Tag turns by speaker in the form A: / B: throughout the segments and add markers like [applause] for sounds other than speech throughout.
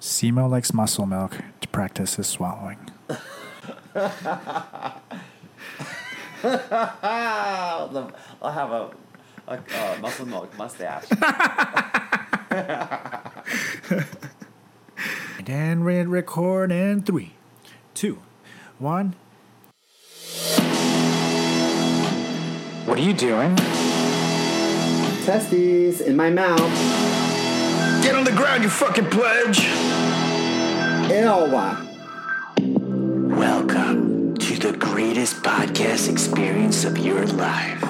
A: Simo likes muscle milk to practice his swallowing.
B: I'll have- I'll have a, a uh, muscle milk mustache.
A: And then we record in three, two, one. What are you doing?
C: Testes in my mouth.
D: Get on the ground, you fucking pledge!
C: Ew.
E: Welcome to the greatest podcast experience of your life.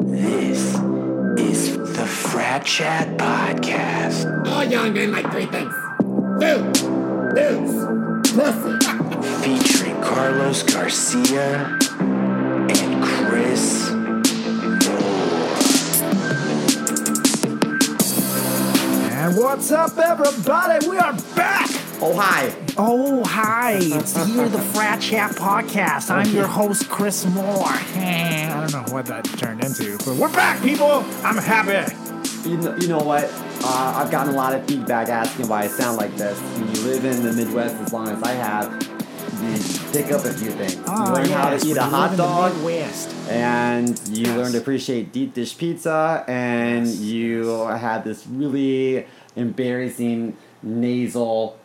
E: This is the Frat Chat Podcast.
C: All young men like three things. Food, booze, pussy.
E: Featuring Carlos Garcia and Chris Moore.
A: And what's up, everybody? We are back.
C: Oh hi.
A: Oh, hi. It's the Year of the Frat Chat podcast. I'm your host, Chris Moore. [laughs] Eh, I don't know what that turned into, but we're back, people. I'm happy.
C: You know, [laughs] you know what? Uh, I've gotten a lot of feedback asking why I sound like this. When you live in the Midwest as long as I have, you pick up a few things. you
F: Ah.
C: learn how
A: yes,
C: to Oh, eat
A: we
C: a
A: live in
C: hot
A: the
C: dog,
A: Midwest.
C: and you learn to appreciate deep dish pizza, and you had this really embarrassing nasal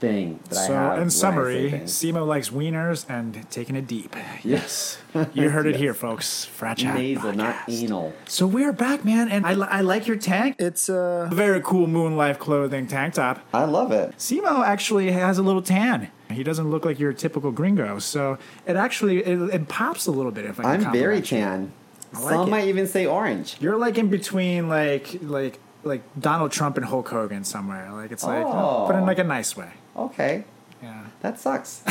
C: thing that I have.
A: So,
C: when I
A: in
C: say
A: summary, [laughs]
C: things.
A: Simo likes wieners and taking it deep.
C: Yes. [laughs]
A: You heard it here, folks. Frat Chat
C: nasal, not
A: podcast.
C: anal.
A: So we are back, man, and I, li- I like your tank. It's uh, a very cool moon life clothing tank top.
C: I love it.
A: Simo actually has a little tan. He doesn't look like your typical gringo, so it actually it, it pops a little bit. If I can
C: I'm very
A: compliment you.
C: tan.
A: like
C: Some
A: it.
C: might even say orange.
A: You're like in between, like like like Donald Trump and Hulk Hogan somewhere. Like it's like,
C: Oh.
A: but in like a nice way.
C: Okay.
A: Yeah.
C: That
A: [laughs]
C: sucks.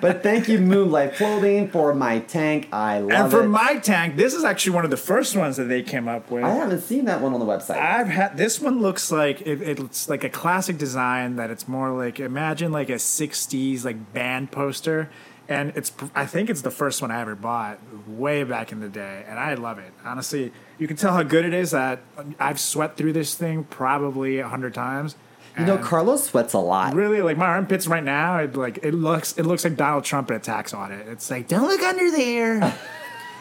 C: but thank you, Moonlight Clothing, for my tank. I love
A: and for
C: it.
A: my tank, this is actually one of the first ones that they came up with.
C: I haven't seen that one on the website.
A: I've had this one looks like it, it's like a classic design that it's more like imagine like a 60s like band poster and it's I think it's the first one I ever bought way back in the day and I love it. Honestly, you can tell how good it is that I've sweat through this thing probably a 100 times.
C: You know,
A: and
C: Carlos sweats a lot.
A: uh, Really, like my armpits right now, it like it looks it looks like Donald Trump at a tax audit. It's like don't look under there.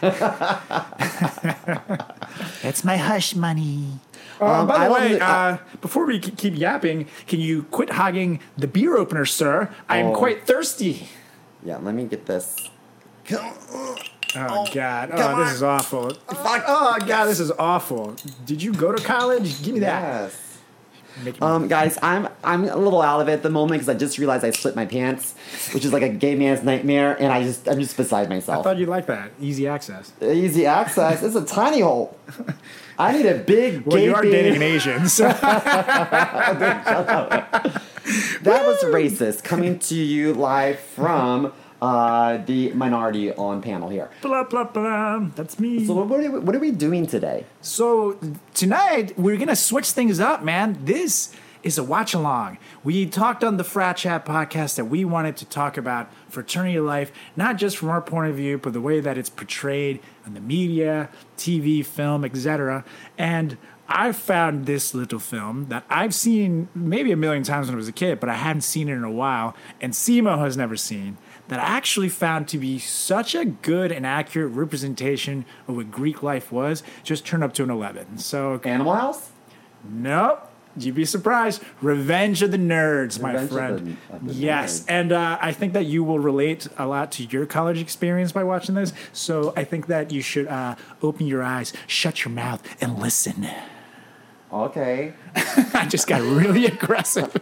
E: [laughs] That's my hush money.
A: Uh,
C: Um,
A: by the
C: I love
A: way,
C: the- I-
A: uh, before we k- keep yapping, can you quit hogging the beer opener, sir? I am
C: Oh.
A: quite thirsty.
C: Yeah, let me get this.
A: Oh, God! Oh, this is awful. Oh God, this is awful. Did you go to college? Give me that.
C: Yes.
A: Make me-
C: Um, guys, I'm I'm a little out of it at the moment because I just realized I slipped my pants, which is like a gay man's nightmare, and I just I'm just beside
A: I
C: myself.
A: thought you'd like that easy access.
C: Easy access. It's a tiny hole. I need a big.
A: Well, you are
C: gaping- [laughs]
A: dating an Asian, so
C: That was racist coming to you live from uh, the minority on panel here.
A: blah blah blah. That's me.
C: So what are, we, what are we doing today?
A: So tonight we're gonna switch things up, man. This is a watch along. We talked on the Frat Chat podcast that we wanted to talk about fraternity life, not just from our point of view, but the way that it's portrayed in the media, TV, film, etc. And I found this little film that I've seen maybe a million times when I was a kid, but I hadn't seen it in a while, and Simo has never seen that I actually found to be such a good and accurate representation of what Greek life was, just turned up to an 11. So,
C: Animal House?
A: nope. You'd be surprised. Revenge of the Nerds, my
C: Revenge of
A: friend.
C: the- of the
A: yes.
C: Nerds.
A: And uh, I think that you will relate a lot to your college experience by watching this. So I think that you should uh, open your eyes, shut your mouth, and listen. [laughs]
C: Okay.
A: I just got really [laughs] aggressive.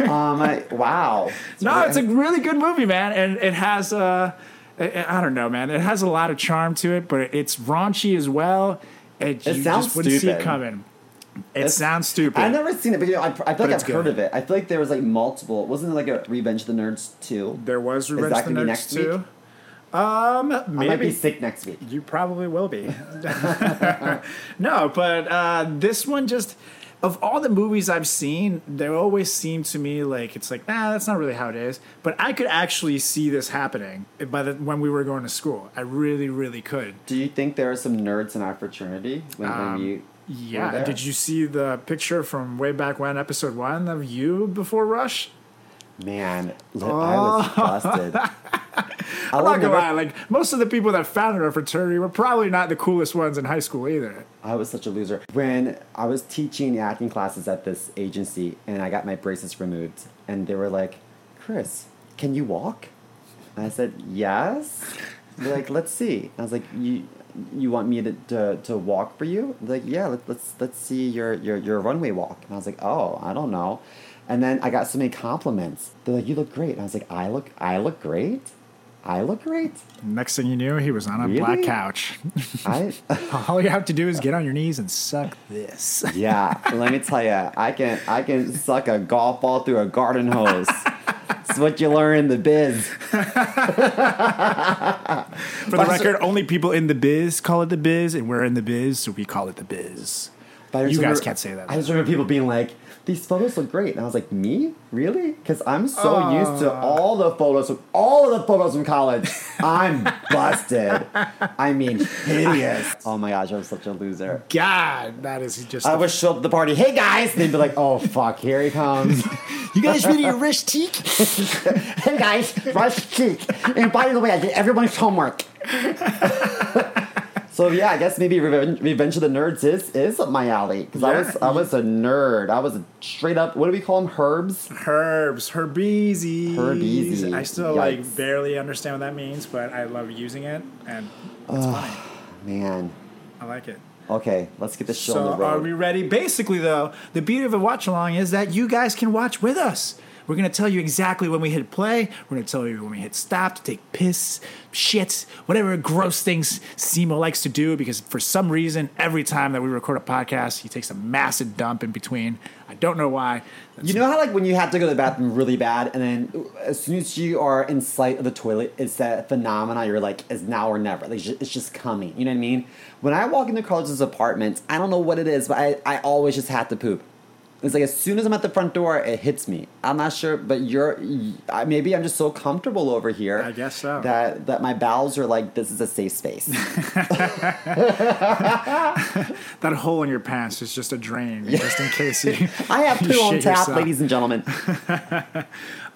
C: Um. I- wow.
A: [laughs] No, it's a really good movie, man, and it has uh, I I don't know, man. It has a lot of charm to it, but it's raunchy as well. It, you
C: sounds
A: just wouldn't see it
C: stupid.
A: coming. It
C: It's-
A: sounds stupid.
C: I've never seen it, but you know, I, I feel like I've
A: it's
C: heard
A: good.
C: of it. I feel like there was like multiple. Wasn't it like a Revenge of the Nerds too?
A: there was Revenge
C: that
A: of the
C: gonna be
A: Nerds
C: next
A: too.
C: week?
A: Um,
C: I might be
A: maybe
C: sick next week.
A: you probably will be. [laughs] no, but uh, this one just of all the movies I've seen, they always seem to me like it's like nah, that's not really how it is. But I could actually see this happening by the when we were going to school. I really, really could. Um,
C: Do you think there are some nerds in our fraternity when, when you We're
A: Yeah.
C: there.
A: Did you see the picture from way back when, episode one, of you before Rush?
C: Man, li- I
A: [laughs]
C: was busted. I
A: oh. I'm
C: will
A: not gonna
C: never
A: lie. Like most of the people that founded our fraternity were probably not the coolest ones in high school either.
C: I was such a loser. When I was teaching acting classes at this agency and I got my braces removed, and they were like, Chris, can you walk? And I said, Yes. They're like, Let's see. I was like, You. You want me to, to, to walk for you? They're like, yeah, let, let's let's see your, your your runway walk. And I was like, oh, I don't know. And then I got so many compliments. They're like, you look great. And I was like, I look I look great. I look great.
A: Next thing you knew, he was on a black
C: Really?
A: couch.
C: I
A: [laughs] All you have to do is get on your knees and suck this.
C: Yeah, let me tell you, I can I can suck a golf ball through a garden hose. It's what you learn in the biz.
A: [laughs] For the record, only people in the biz call it the biz, and we're in the biz, so we call it the biz.
C: But I
A: You
C: just
A: guys can't say that.
C: I just remember people being like, "These photos look great," and I was like, "Me, really?" Because I'm so used
A: Ah.
C: to all the photos from all of the photos from college. I'm busted. I mean,
A: [laughs]
C: hideous. Oh my gosh, I'm such a loser.
A: God, that is just.
C: I would show up at the party. Hey guys, they'd be like, "Oh fuck, here he comes."
A: you guys ready to
C: [laughs]
A: rush teak?
C: hey guys, rush cheek. And by the way, I did everyone's homework. [laughs] so yeah, I guess maybe Revenge, Revenge of the Nerds is is up my alley because I
A: Yeah.
C: was I was a nerd. I was a straight up. What do we call them? Herbs.
A: Herbs, herbeezy.
C: Herbeezy,
A: I still
C: yikes.
A: like barely understand what that means, but I love using it, and it's funny.
C: Man.
A: I like it.
C: Okay, let's get this show
A: So
C: on the
A: are
C: road.
A: we ready? Basically, though, the beauty of a watch along is that you guys can watch with us. We're gonna tell you exactly when we hit play. We're gonna tell you when we hit stop to take piss, shit, whatever gross things Simo likes to do. Because for some reason, every time that we record a podcast, he takes a massive dump in between. I don't know why.
C: you know how like when you have to go to the bathroom really bad, and then as soon as you are in sight of the toilet, it's that phenomena you're like, it's now or never. Like it's just coming. You know what I mean? When I walk into Carlos's apartment, I don't know what it is, but I, I always just have to poop. It's like as soon as I'm at the front door, it hits me. I'm not sure, but you're I- maybe I'm just so comfortable over here.
A: I guess so.
C: That that my bowels are like, this is a
A: [laughs]
C: safe space.
A: That hole in your pants is just a drain,
C: [laughs]
A: just in case you.
C: I have
A: [laughs] you
C: poo on
A: shit
C: tap,
A: yourself.
C: ladies and gentlemen.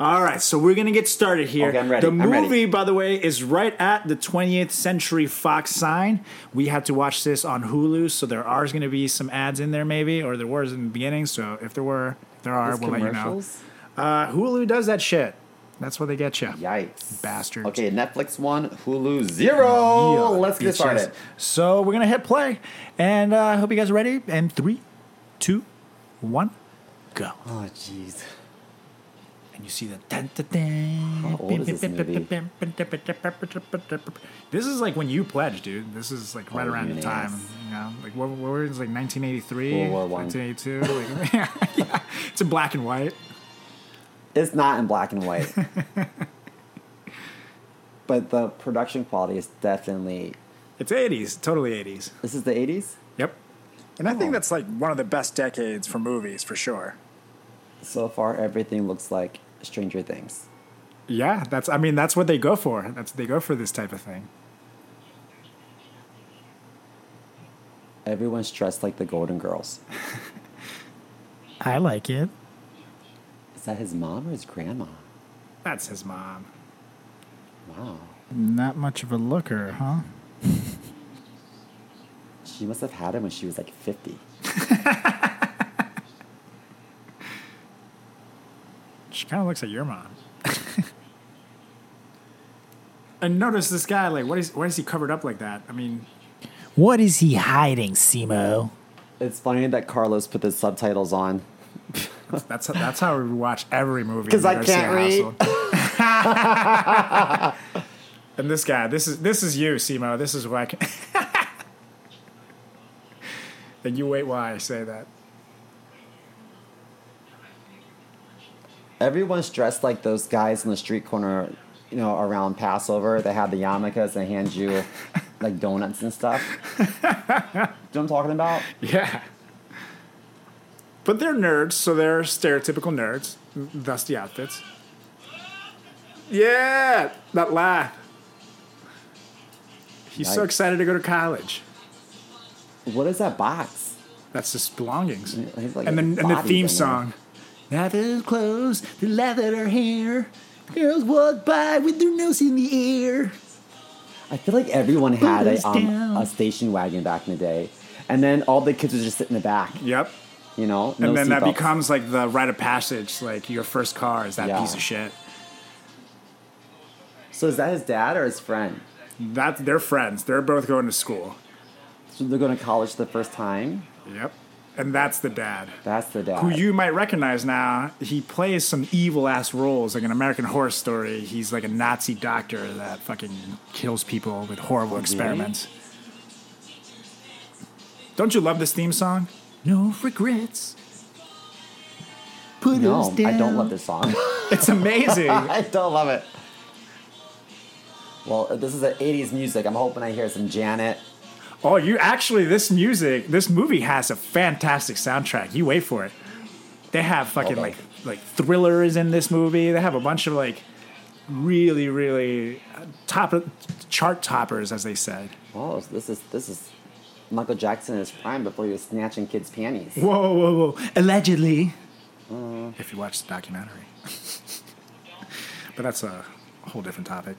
A: All right, so we're gonna get started here.
C: Okay, I'm ready.
A: The
C: I'm
A: movie,
C: ready.
A: by the way, is right at the 20th Century Fox sign. We had to watch this on Hulu, so there are gonna be some ads in there, maybe, or there was in the beginning. So if there were, if there are,
C: Those
A: we'll let you know.
C: commercials?
A: Uh, Hulu does that shit. That's where they get you.
C: Yikes.
A: Bastards.
C: Okay, Netflix one, Hulu zero. Oh, Let's get
A: bitches.
C: started.
A: So we're gonna hit play, and uh, I hope you guys are ready. And three, two, one, go.
C: Oh, jeez.
A: and you see the dun, dun, dun.
C: How old is this movie?
A: This is like when you pledged, dude. This is like right
C: Oh,
A: around the
C: yes.
A: time. You know, like what, what were it? It's like 1983,
C: World War One.
A: 1982. Like, [laughs] yeah, yeah. It's in black and white.
C: It's not in black and [laughs] white. but the production quality is definitely.
A: It's 80s, totally 80s.
C: This is the 80s?
A: Yep. And I think that's like one of the best decades for movies, for sure.
C: So far, everything looks like Stranger Things.
A: Yeah, that's. I mean, that's what they go for. That's they go for this type of thing.
C: Everyone's dressed like the Golden Girls.
A: I like it.
C: Is that his mom or his grandma?
A: That's his mom.
C: Wow.
A: Not much of a looker, huh?
C: She must have had him when she was like 50.
A: She kind of looks like your mom. [laughs] and notice this guy, like, what is, why is he covered up like that? I mean, what is he hiding, Simo?
C: It's funny that Carlos put the subtitles on.
A: That's how, that's how we watch every movie.
C: 'Cause
A: in the
C: I can't
A: Garcia household. [laughs] and this guy, this is this is you, Simo. This is why. I can- [laughs] and you wait while I say that.
C: Everyone's dressed like those guys in the street corner, you know, around Passover. They had the yarmulkes and hand you like donuts
A: [laughs]
C: and stuff. Do you know what I'm talking about?
A: Yeah. But they're nerds, so they're stereotypical nerds. Thus the outfits. Yeah, that laugh. He's so
C: Yikes.
A: excited to go to college.
C: What is that box?
A: That's just belongings.
C: he's like
A: and
C: a
A: then and the
C: body
A: theme
C: in there.
A: song. Nothing close, the lathered her hair. Girls walk by with their nose in the air.
C: I feel like everyone had
A: Windows
C: a, um,
A: down.
C: a station wagon back in the day. And then all the kids would just sit in the back,
A: Yep.
C: you know?
A: And
C: no
A: then that
C: seatbelts.
A: becomes like the rite of passage, like your first car is that
C: Yeah.
A: piece of shit.
C: So is that his dad or his friend?
A: That they're friends. They're both going to school.
C: So they're going to college the first time?
A: Yep. And that's the dad.
C: That's the dad.
A: Who you might recognize now, he plays some evil ass roles. Like an American Horror Story, he's like a Nazi doctor that fucking kills people with horrible experiments. Don't you love this theme song? No regrets. Put
C: no,
A: us down.
C: I don't love
A: [laughs]
C: this song.
A: It's
C: [laughs]
A: amazing.
C: I don't love it. Well, this is an 80s music. I'm hoping I hear some Janet.
A: Oh, you actually, this music, this movie has a fantastic soundtrack. You wait for it. They have fucking
C: Hold on.
A: like like thrillers in this movie. They have a bunch of like really really uh, top chart toppers, as they said.
C: Whoa, this is this is Michael Jackson in his prime before he was snatching kids' panties.
A: Whoa, whoa, whoa! Allegedly,
C: Uh.
A: if you watch the documentary. [laughs] but that's a whole different topic.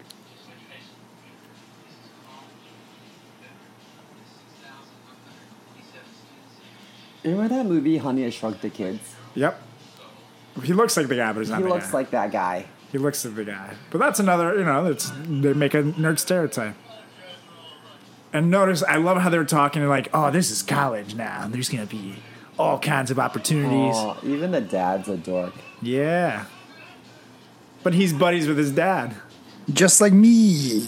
C: Remember that movie, Honey, I Shrunk the Kids?
A: Yep. He looks like the guy, but he's not.
C: He
A: the
C: looks
A: guy.
C: like that guy.
A: he looks like the guy. But that's another, you know, it's they make a nerd stereotype. And notice, I love how they're talking. They're like, "Oh, this is college now. There's gonna be all kinds of opportunities."
C: Oh, even the dad's a dork.
A: Yeah. But he's buddies with his dad,
G: Just like me.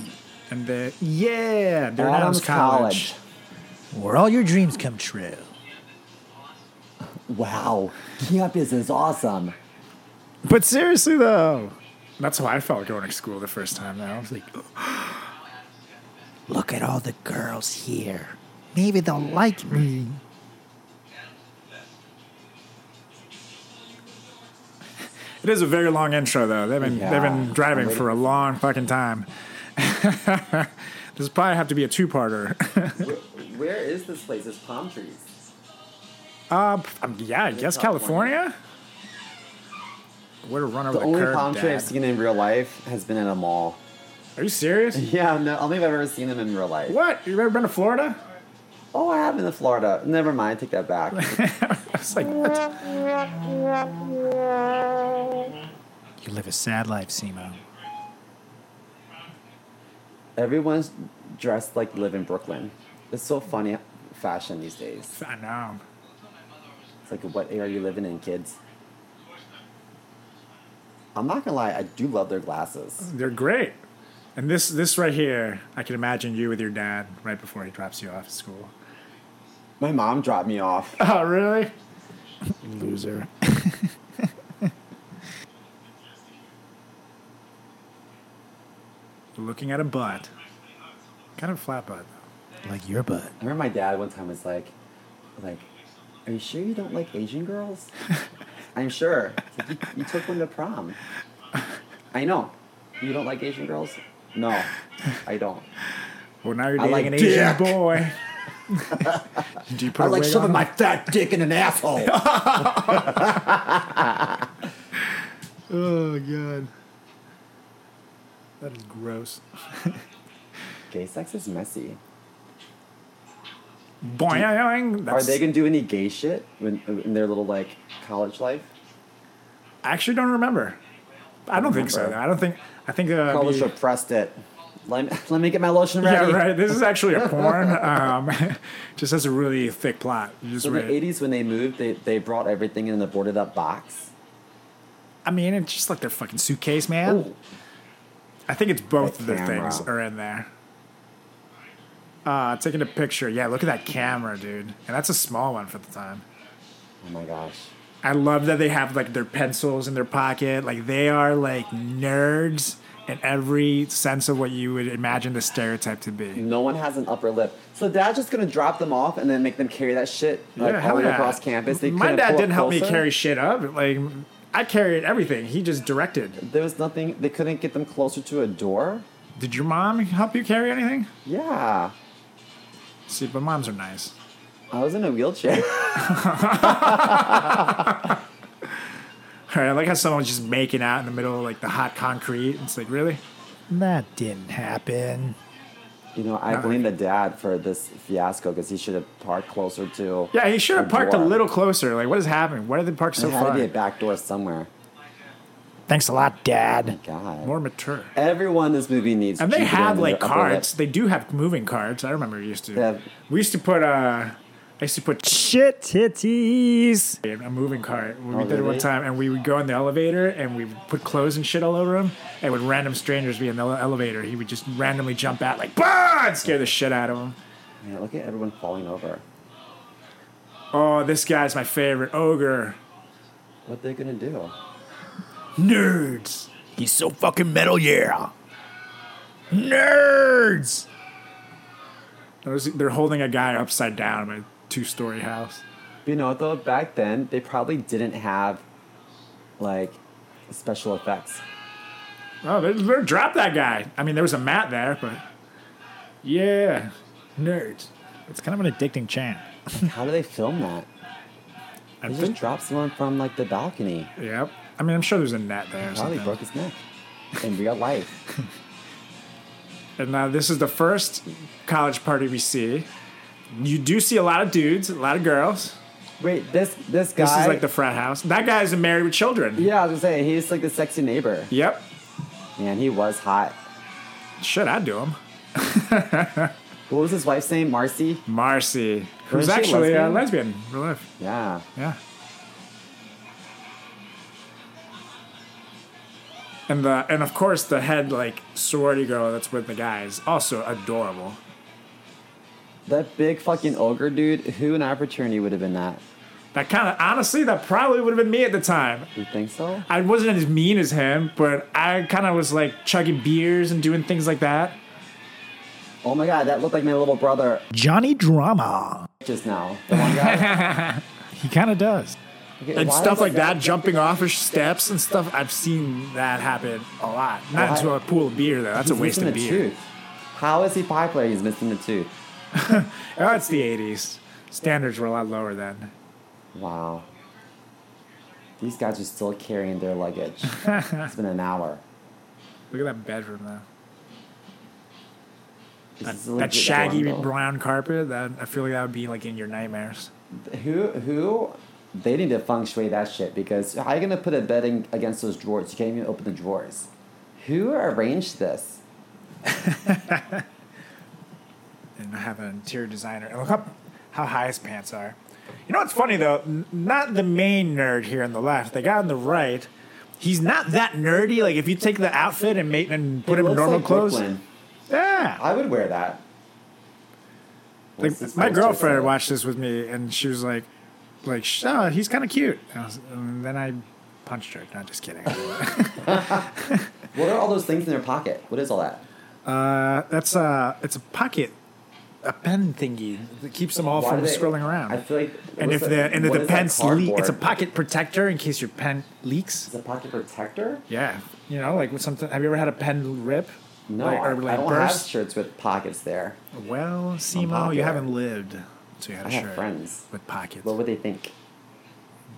A: and they yeah, they're now in
C: Adams
A: college.
C: College.
A: where all your dreams come true.
C: Wow, campus is awesome.
A: But seriously though, that's how I felt going to school the first time. Now I was like,
G: [gasps] Look at all the girls here. Maybe they'll like me.
A: It is a very long intro, though. They've been they've
C: Yeah.
A: been driving for a long fucking time. [laughs] this probably have to be a two-parter. [laughs]
C: Where is this place? It's palm trees.
A: uh, um, yeah, I guess California. What a run over
C: The
A: the,
C: only
A: curb,
C: palm tree I've
A: Dad.
C: seen in real life has been in a mall. [laughs]
A: Are you serious?
C: Yeah, no, only if I've ever seen them in real life.
A: What? You ever been to Florida?
C: Oh, I have been to Florida. Never mind, take that [laughs] back.
A: I was like, what? You live a sad life, Simo.
C: Everyone's dressed like they live in Brooklyn. It's so funny fashion these days.
A: I know.
C: It's like, what era are you living in, kids? I'm not gonna lie, I do love their glasses.
A: They're great. And this this right here, I can imagine you with your dad right before he drops you off at
C: [laughs]
A: school.
C: My mom dropped me off.
A: Oh, really? Loser. [laughs] Looking at a butt. Kind of flat butt.
G: Like your butt.
C: I remember my dad one time was like, like, are you sure you don't like Asian [laughs] girls? I'm sure. It's like, you, you took one to prom. I know. You don't like Asian girls? No, I don't.
A: Well, now you're
C: I
A: dating
C: like
A: an Asian
C: dick. [laughs]
A: boy. [laughs] Do you put
C: I
A: a
C: like
A: wig
C: shoving
A: on?
C: my fat dick in an asshole.
A: Oh god, that is gross.
C: [laughs] Gay sex is messy.
A: Boing.
C: Are
A: That's,
C: they gonna do any gay shit when, in their little like college life?
A: I actually don't remember. I don't think so.
C: remember.
A: Though. I don't think. I think. Uh,
C: Probably
A: the-
C: should have pressed it. Let me, [laughs] let me get my lotion
A: [laughs]
C: ready.
A: yeah, right. This is actually a
C: [laughs]
A: porn. um, [laughs] just has a really thick plot. You just
C: So in
A: wait.
C: the '80s, when they moved, they, they brought everything in the boarded up box.
A: I mean, it's just like their fucking suitcase, man.
C: Ooh,
A: I think it's both of
C: Oh.
A: the
C: That
A: things
C: camera.
A: are in there. Uh, taking a picture. Yeah, look at that camera, dude. And that's a small one for the time.
C: oh my gosh.
A: I love that they have like their pencils in their pocket. Like they are like nerds in every sense of what you would imagine the stereotype to be.
C: No one has an upper lip. So dad's just gonna drop them off and then make them carry that shit like
A: Yeah,
C: all
A: hell
C: the way
A: yeah.
C: across campus. They
A: My
C: couldn't
A: dad
C: pull up
A: didn't help me
C: closer.
A: carry shit up. Like I carried everything. He just directed.
C: There was nothing. They couldn't get them closer to a door.
A: Did your mom help you carry anything?
C: Yeah.
A: See, but moms are nice.
C: I was in a wheelchair. [laughs]
A: All right, I like how someone's just making out in the middle of like the hot concrete. It's like, really?
G: That didn't happen.
C: You know, I blame the dad for this fiasco because he should have parked closer to.
A: Yeah, he should have
C: the
A: parked a
C: door.
A: little closer. Like, what is happening? Why did they park so
C: There had to
A: far?
C: be a back door somewhere.
G: Thanks a lot, Dad.
C: God.
A: More mature.
C: Everyone in this movie needs.
A: And they
C: Jupiter in
A: had
C: their
A: like
C: upper
A: cards.
C: lip.
A: They do have moving cards. I remember we used to.
C: Yeah.
A: We used to put uh, I used to put
G: Shit titties.
A: in a moving cart. We did it
C: Oh, really?
A: one time, and we would go in the elevator, and we would put clothes and shit all over him. And would random strangers be in the ele- elevator, he would just randomly jump out like bah, and scare the shit out of him.
C: Yeah, look at everyone falling over.
A: Oh, this guy's my favorite ogre.
C: What they gonna do?
A: Nerds.
G: He's so fucking metal, yeah. Nerds.
A: Those- They're holding a guy upside down in a two-story house.
C: You know, though, back then they probably didn't have like special effects.
A: Oh, they, they dropped that guy. I mean, there was a mat there, but yeah, nerds.
G: It's kind of an addicting chant.
C: How do they film that?
A: I
C: They just
A: think-
C: dropped someone from like the balcony.
A: Yep. I mean, I'm sure there's a net there. or
C: Probably
A: something.
C: broke his neck in real life.
A: And uh, this is the first college party we see. You do see a lot of dudes, a lot of girls.
C: Wait, this this guy.
A: This is like the frat house. That guy's married with children.
C: yeah, I was gonna say he's like the sexy neighbor.
A: Yep.
C: Man, he was hot.
A: Shit, I'd do him.
C: What was his wife's name? Marcy.
A: Marcy, who's
C: Wasn't she
A: actually a
C: lesbian?
A: lesbian, in real life.
C: Yeah.
A: Yeah. And the and of course the head like sorority girl that's with the guy is also adorable.
C: That big fucking ogre dude. Who in our fraternity would have been that?
A: That kind of honestly, that probably would have been me at the time.
C: You think so?
A: I wasn't as mean as him, but I kind of was like chugging beers and doing things like that.
C: Oh my god, that looked like my little brother
G: Johnny Drama.
C: just now. The
A: [laughs]
C: one guy.
G: He kind of does.
C: Okay,
A: and
C: why
A: stuff
C: is
A: like that, jumping off of steps and stuff. I've seen that happen a lot. Not
C: Why-
A: into a pool of beer though. That's a
C: He's
A: waste
C: missing
A: of
C: a
A: beer.
C: tooth. How is he popular? He's missing a tooth.
A: Oh, it's the '80s. Standards were a lot lower then.
C: Wow. These guys are still carrying their
A: [laughs]
C: luggage. it's been an hour.
A: Look at that bedroom though.
C: This is a
A: That
C: legit
A: shaggy
C: bundle.
A: brown carpet. That I feel like that would be like in your nightmares.
C: Who who? They need to feng shui that shit because how you gonna put a bed in, against those drawers? You can't even open the drawers. Who arranged this?
A: and I have an interior designer. And look up how high his pants are. You know what's funny though? N- not the main nerd here on the left. The guy on the right, he's not that nerdy. Like if you take the outfit and make and put
C: It
A: him in
C: looks
A: normal
C: like
A: clothes,
C: Brooklyn.
A: yeah.
C: I would wear that. What's
A: Like
C: this
A: my
C: poster
A: girlfriend
C: say?
A: watched this with me, and she was like, like, "Sh- oh, he's kind of cute. And, I was- and then I punched her. Not just
C: [laughs]
A: kidding.
C: What are all those things in their pocket? What is all that?
A: uh, that's a it's a pocket, a pen thingy that keeps them all
C: Why
A: from
C: do they-
A: scrolling around.
C: I feel like.
A: And
C: what
A: if
C: is
A: the
C: that-
A: and if
C: what
A: the
C: is that
A: pen's leak, it's a
C: cardboard?
A: pocket protector in case your pen leaks.
C: It's a pocket protector.
A: Yeah, you know, like with something. Have you ever had a pen rip?
C: No,
A: Like- or
C: I, I
A: like
C: don't have
A: burst.
C: shirts with pockets there.
A: Well, Simo, you
C: popular.
A: haven't lived, so you had a
C: I
A: shirt
C: have friends.
A: with pockets.
C: What would they think?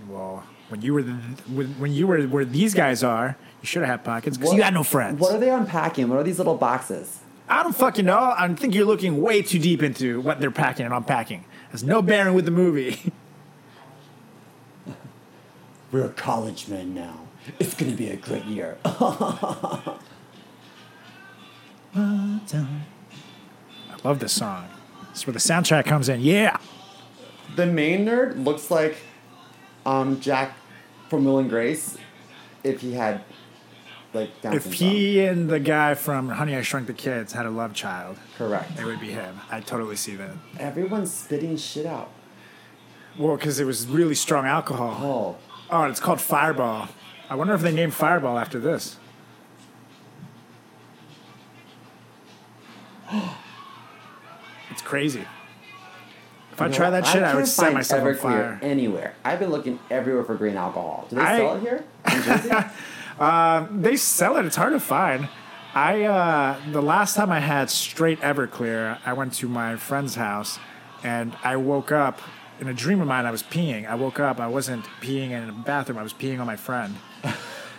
A: well, when you were the, when when you were where these guys are, you should have had pockets because
C: What-
A: you had no friends.
C: What are they unpacking? What are these little boxes?
A: I don't fucking know. I think you're looking way too deep into what they're packing and unpacking. Has no bearing with the movie. [laughs]
C: We're college men now. It's gonna be a great year. [laughs]
A: I love this song. It's where the soundtrack comes in. Yeah.
C: the main nerd looks like um, Jack from Will and Grace if he had like Down
A: If
C: syndrome.
A: he and the guy from Honey I Shrunk the Kids had a love child,
C: correct.
A: it would be him. I totally see that.
C: Everyone's spitting shit out.
A: Well, because it was really strong alcohol.
C: Oh,
A: Oh, and it's called Fireball. I wonder if they named Fireball after this. [gasps] it's crazy. If I
C: You know
A: try
C: what?
A: that shit, I,
C: can't
A: would set
C: find
A: myself on
C: Everclear
A: fire.
C: anywhere. I've been looking everywhere for green alcohol. Do they
A: I-
C: sell it here?
A: [laughs]
C: In Jersey? Oh
A: They sell it. It's hard to find. I uh, the last time I had straight Everclear, I went to my friend's house, and I woke up in a dream of mine. I was peeing. I woke up. I wasn't peeing in a bathroom. I was peeing on my friend.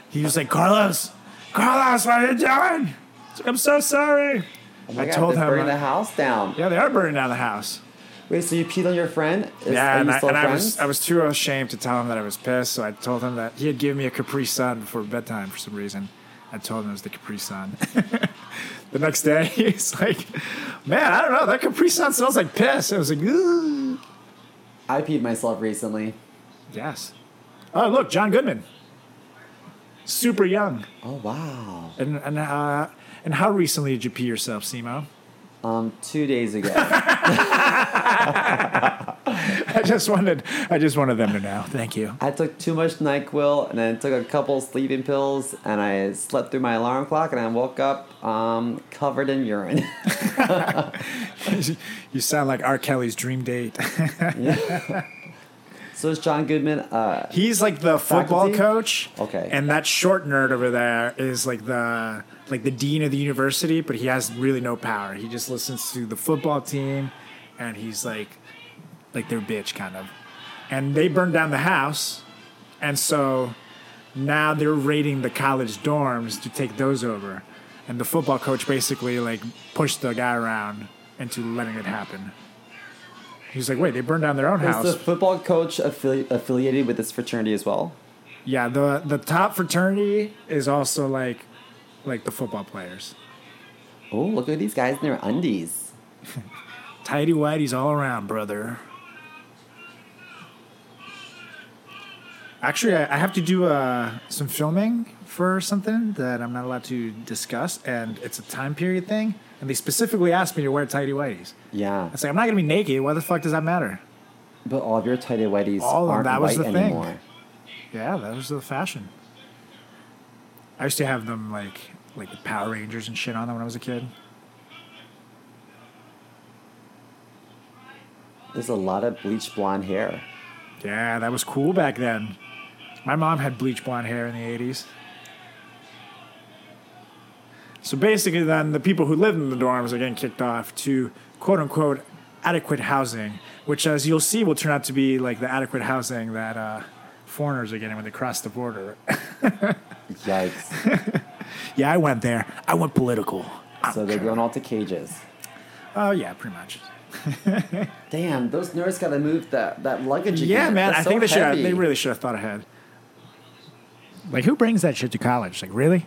A: he was like, Carlos, Carlos, what are you doing? He's like, I'm so sorry.
C: Oh
A: I told
C: they
A: him. uh,
C: burn
A: I-
C: the house down.
A: yeah, they are burning down the house.
C: Wait, so you peed on your friend? Is- are
A: Yeah, and,
C: you
A: I,
C: still
A: and I
C: friends?
A: was uh, I was too ashamed to tell him that I was pissed, so I told him that he had given me a Capri Sun before bedtime for some reason. I told him it was the Capri Sun. [laughs] the next day, [laughs] he's like, "Man, I don't know. That Capri Sun smells like piss." I was like, "Ooh,
C: I peed myself recently.
A: yes." Oh, look, John Goodman, super young.
C: Oh wow.
A: And and uh, and how recently did you pee yourself, Simo? [laughs]
C: Um, two days ago. [laughs]
A: I just wanted I just wanted them to know. Thank you.
C: I took too much NyQuil and then took a couple sleeping pills and I slept through my alarm clock and I woke up um, covered in urine. [laughs]
A: you sound like R. Kelly's dream date. [laughs]
C: so is John Goodman. Uh,
A: He's like the football
C: Faculty?
A: coach.
C: Okay.
A: And that short nerd over there is like the like the dean of the university, but he has really no power. He just listens to the football team and he's like like their bitch kind of. And they burned down the house. And so now they're raiding the college dorms to take those over. And the football coach basically like pushed the guy around into letting it happen. He's like, wait, they burned down their own
C: is
A: house.
C: the football coach affili- affiliated with this fraternity as well?
A: Yeah, the the top fraternity is also like like the football players.
C: Oh, look at these guys in their undies.
A: Tidy whities all around, brother. Actually, I I have to do uh, some filming for something that I'm not allowed to discuss, and it's a time period thing. And they specifically asked me to wear tidy whities.
C: Yeah.
A: I say I'm not gonna be naked. Why the fuck does that matter?
C: But all of your tidy whities
A: All of them,
C: aren't
A: that was
C: white
A: the thing.
C: anymore.
A: Yeah, that was the fashion. I used to have them like like with Power Rangers and shit on them when I was a kid.
C: There's a lot of bleached blonde hair.
A: Yeah, that was cool back then. My mom had bleach blonde hair in the 80s. So basically, then the people who live in the dorms are getting kicked off to quote unquote adequate housing, which, as you'll see, will turn out to be like the adequate housing that uh, foreigners are getting when they cross the border. [laughs]
C: Yikes.
A: yeah, I went there. I went political.
C: so they're going all to cages.
A: Oh, yeah, pretty much.
C: Damn, those nerds gotta move that, that luggage again.
A: Yeah, man.
C: That's
A: I
C: so
A: think they should. Have,
C: heavy.
A: they really should have thought ahead. Like, who brings that shit to college? Like, really?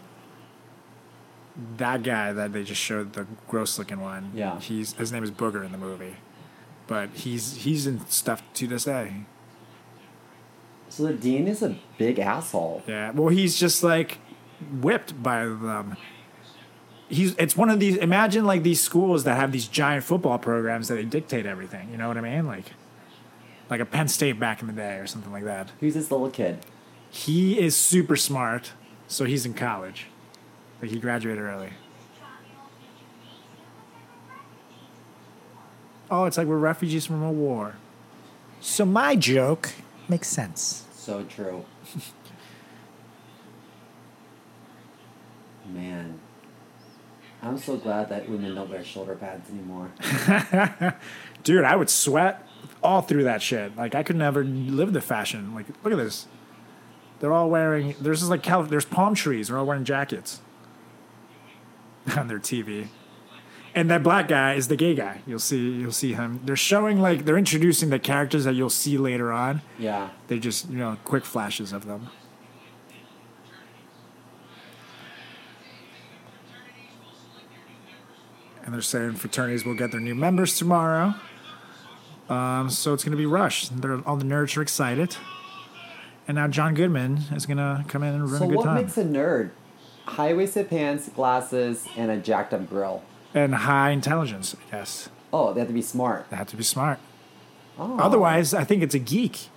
A: That guy that they just showed the gross-looking one.
C: Yeah.
A: He's his name is Booger in the movie, but he's he's in stuff to this day.
C: So the dean is a big asshole.
A: Yeah. Well, he's just like whipped by them. He's it's one of these. Imagine like these schools that have these giant football programs that they dictate everything. You know what I mean? Like, like a Penn State back in the day or something like that.
C: Who's this little kid?
A: He is super smart, so he's in college. Like he graduated early. Oh, it's like we're refugees from a war.
G: So my joke makes sense.
C: So true. Man, I'm so glad that women don't wear shoulder pads anymore.
A: Dude, I would sweat all through that shit. Like I could never live the fashion. Like look at this. They're all wearing there's just like Cal- there's palm trees. They're all wearing jackets [laughs] on their TV. And that black guy is the gay guy. You'll see you'll see him. They're showing like they're introducing the characters that you'll see later on.
C: Yeah.
A: They just, you know, quick flashes of them. And they're saying fraternities will get their new members tomorrow. Um, so it's going to be rushed. They're, all the nerds are excited. And now John Goodman is going to come in and ruin
C: So
A: a good
C: what
A: time.
C: makes a nerd? High waisted pants, glasses, and a jacked up grill.
A: and high intelligence, I guess.
C: Oh, they have to be smart.
A: They have to be smart.
C: Oh.
A: Otherwise, I think it's a geek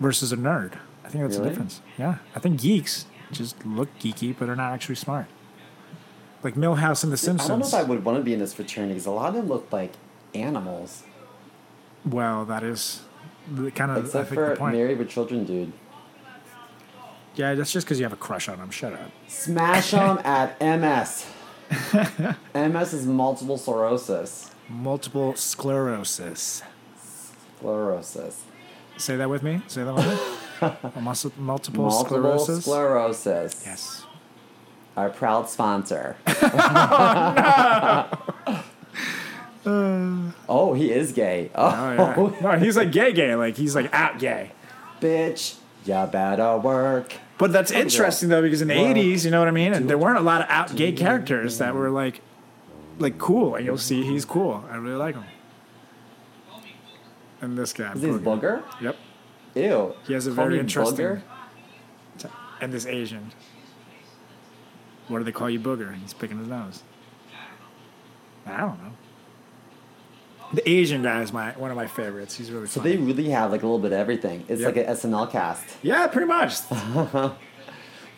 A: versus a nerd. I think that's the
C: Really?
A: difference. Yeah, I think geeks just look geeky, but are not actually smart. Like Millhouse and The
C: I don't know
A: Simpsons.
C: if I would want to be in this fraternity because a lot of them look like animals.
A: well, that is the kind of I
C: Except
A: think the
C: for
A: point.
C: married with children, dude.
A: Yeah, that's just because you have a crush on him. Shut up. [laughs]
C: Smash them at MS. MS is multiple sclerosis.
A: multiple sclerosis.
C: Sclerosis.
A: Say that with me. Say that with me.
C: [laughs]
A: Multiple, multiple,
C: Multiple
A: sclerosis.
C: sclerosis.
A: yes.
C: Our
A: [laughs]
C: proud sponsor. [laughs] oh, he is gay.
A: Oh
C: [laughs] Oh,
A: yeah. No, he's like gay, gay. Like he's like out gay.
C: bitch. You better work.
A: But that's interesting though, because in the '80s, you know what I mean, and there weren't a lot of out gay characters that were like, like cool. And you'll see, he's cool. I really like him. And this guy,
C: Is he
A: Booger.
C: booger?
A: Yep.
C: Ew.
A: He has a
C: Call
A: very
C: me
A: interesting-
C: Booger?
A: And this Asian. What do they call you, booger? He's picking his nose. I don't know. The Asian guy is my one of my favorites. He's really
C: So
A: funny.
C: they really have like a little bit of everything. It's
A: Yep.
C: like an SNL cast.
A: yeah, pretty much. [laughs]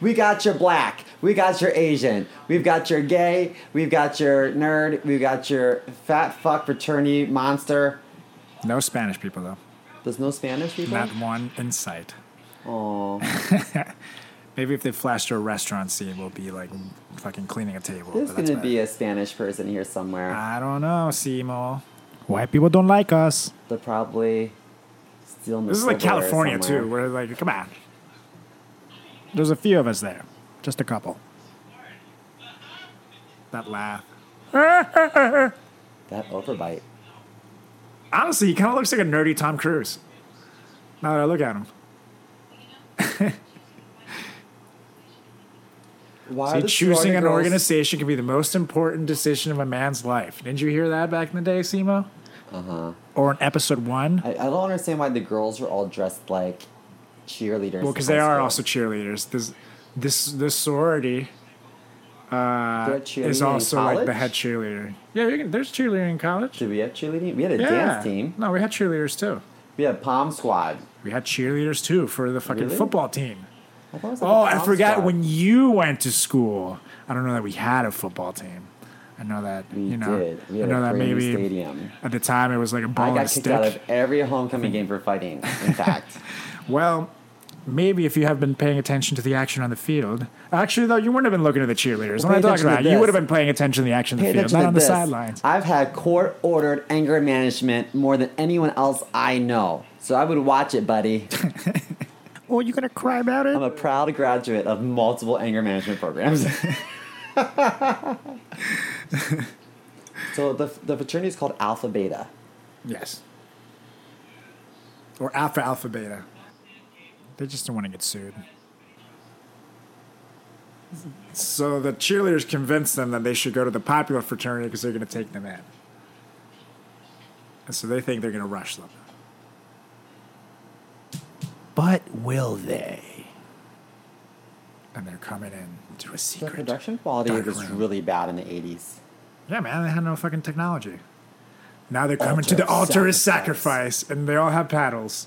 C: We got your black. We got your Asian. We've got your gay. We've got your nerd. We've got your fat fuck fraternity monster.
A: No Spanish people though.
C: There's no Spanish people.
A: Not one in sight. [laughs] Maybe if they flash to a restaurant scene, we'll be like fucking cleaning a table.
C: There's
A: but that's Ah.
C: gonna
A: about it.
C: be a Spanish person here somewhere.
A: I don't know, Seymour. White people don't like us.
C: They're probably still. in the
A: This is like
C: subway or
A: California
C: somewhere.
A: too. We're like, come on. There's a few of us there, just a couple. That laugh.
C: That overbite.
A: Honestly, he kind of looks like a nerdy Tom Cruise. Now that I look at him,
C: Why
A: See,
C: the sorority
A: choosing an
C: girls-
A: organization can be the most important decision of a man's life. Didn't you hear that back in the day, Seymour? Uh huh. Or in episode one?
C: Uh-huh. I, I don't understand why the girls are all dressed like cheerleaders.
A: Well,
C: in
A: because
C: high
A: they are
C: school.
A: also cheerleaders. This this this sorority
C: They're cheerleading
A: is
C: in
A: also like the
C: college?
A: head cheerleader. Yeah, you can, there's cheerleading in college.
C: Did we have cheerleading? We had a
A: Yeah.
C: dance team.
A: No, we had cheerleaders too.
C: We had Palm Squad.
A: We had cheerleaders too for the fucking
C: Really?
A: football team.
C: I thought it was like a
A: Oh, I
C: Palm
A: forgot
C: Squad.
A: when you went to school. I don't know that we had a football team. I know that
C: we
A: you know.
C: did. We
A: I
C: had
A: know
C: a
A: that
C: brand new
A: maybe
C: stadium.
A: at the time it was like a ball
C: I
A: and a
C: got kicked
A: stick.
C: out of every homecoming game for fighting.
A: [laughs]
C: In fact,
A: Well, maybe if you have been paying attention to the action on the field. Actually, though, you wouldn't have been looking at the cheerleaders.
C: Well,
A: what am I
C: pay
A: talking
C: attention to
A: about? You
C: this.
A: would have been paying attention to the action on
C: pay
A: the field,
C: attention
A: not
C: to
A: on the
C: this.
A: sidelines.
C: I've had court-ordered anger management more than anyone else I know, so I would watch it, buddy. [laughs]
A: Oh, you gonna cry about it?
C: I'm a proud graduate of multiple anger management programs. [laughs] so the, the fraternity is called Alpha Beta.
A: yes. Or alpha, alpha, beta. They just don't want to get sued. So the cheerleaders convinced them that they should go to the popular fraternity because they're going to take them in. And so they think they're going to rush them.
G: But will they?
A: And they're coming in to a
C: The
A: secret.
C: production quality
A: Dark
C: was
A: room.
C: really bad in the 80s.
A: Yeah, man, they had no fucking technology. Now they're coming to the altar is
C: sacrifice.
A: sacrifice, and they all have paddles.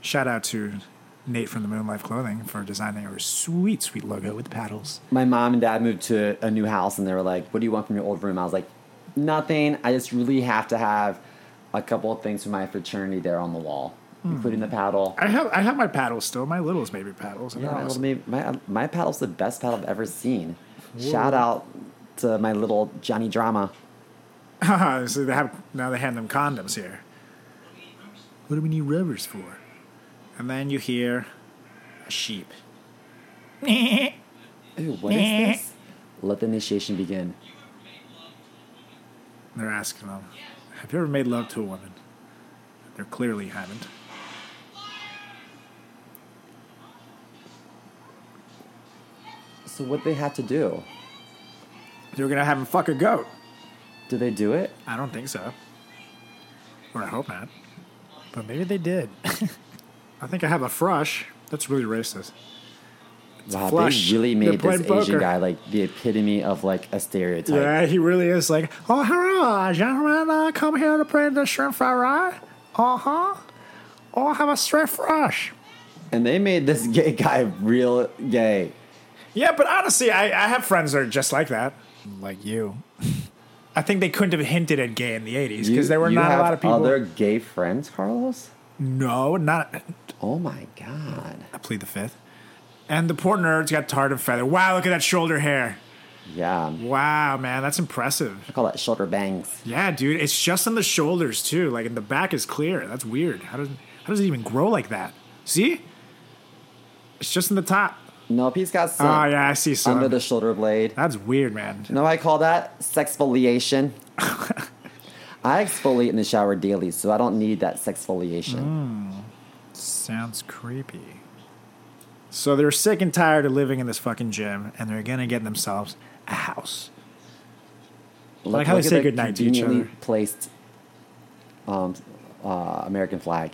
A: Shout out to Nate from the Moon Life Clothing for designing our sweet, sweet logo with paddles.
C: My mom and dad moved to a new house and they were like, What do you want from your old room? I was like, Nothing. I just really have to have a couple of things from my fraternity there on the wall, including the
A: Hmm.
C: paddle.
A: I have I have my paddles still, my little's baby paddles. and
C: Yeah,
A: they're [laughs]
C: well,
A: awesome.
C: maybe- my, my paddle's the best paddle I've ever seen. Shout out to my little Johnny Drama.
A: so they have now they hand them condoms here. What do we need rubbers for? And then you hear a sheep.
C: Ooh, what is this? Let the initiation begin.
A: They're asking them, "Have you ever made love to a woman?" They're clearly haven't.
C: So what they have to do?
A: They're gonna have them fuck a goat.
C: Do they do it?
A: I don't think so. Or I hope not. But maybe they did. [laughs] I think I have a frush. That's really racist.
C: Wow,
A: flush.
C: they really
A: They're
C: made this
A: playing poker.
C: Asian guy like the epitome of like a stereotype.
A: Yeah, he really is like, oh, hello, gentlemen. I come here to play the shrimp fry rye. Uh huh. Oh, I have a shrimp frush.
C: And they made this [laughs] gay guy real gay.
A: Yeah, but honestly, I, I have friends that are just like that. Like you. [laughs] I think they couldn't have hinted at gay in the 80s
C: You-
A: because there were
C: you
A: not a
C: have
A: lot of people.
C: Other gay friends, Carlos?
A: No, not.
C: Oh my god.
A: I plead the fifth. And the poor nerds got tarred and feathered. Wow, look at that shoulder hair.
C: Yeah.
A: Wow, man, that's impressive.
C: I call that shoulder bangs.
A: Yeah, dude, it's just on the shoulders too. Like, and the back is clear. That's weird. How does how does it even grow like that? See, it's just in the top.
C: Nope, he's got some
A: Oh yeah, I see some.
C: under the shoulder blade.
A: That's weird, man.
C: You know what I call that?
A: [laughs]
C: Sexfoliation. I exfoliate in the shower daily, so I don't need that
A: Mm.
C: sexfoliation.
A: Sounds creepy. So they're sick and tired of living in this fucking gym, and they're gonna get themselves a house.
C: Look-
A: Like how they
C: look at
A: say
C: the
A: goodnight to each
C: conveniently
A: other.
C: placed um, uh, American flag.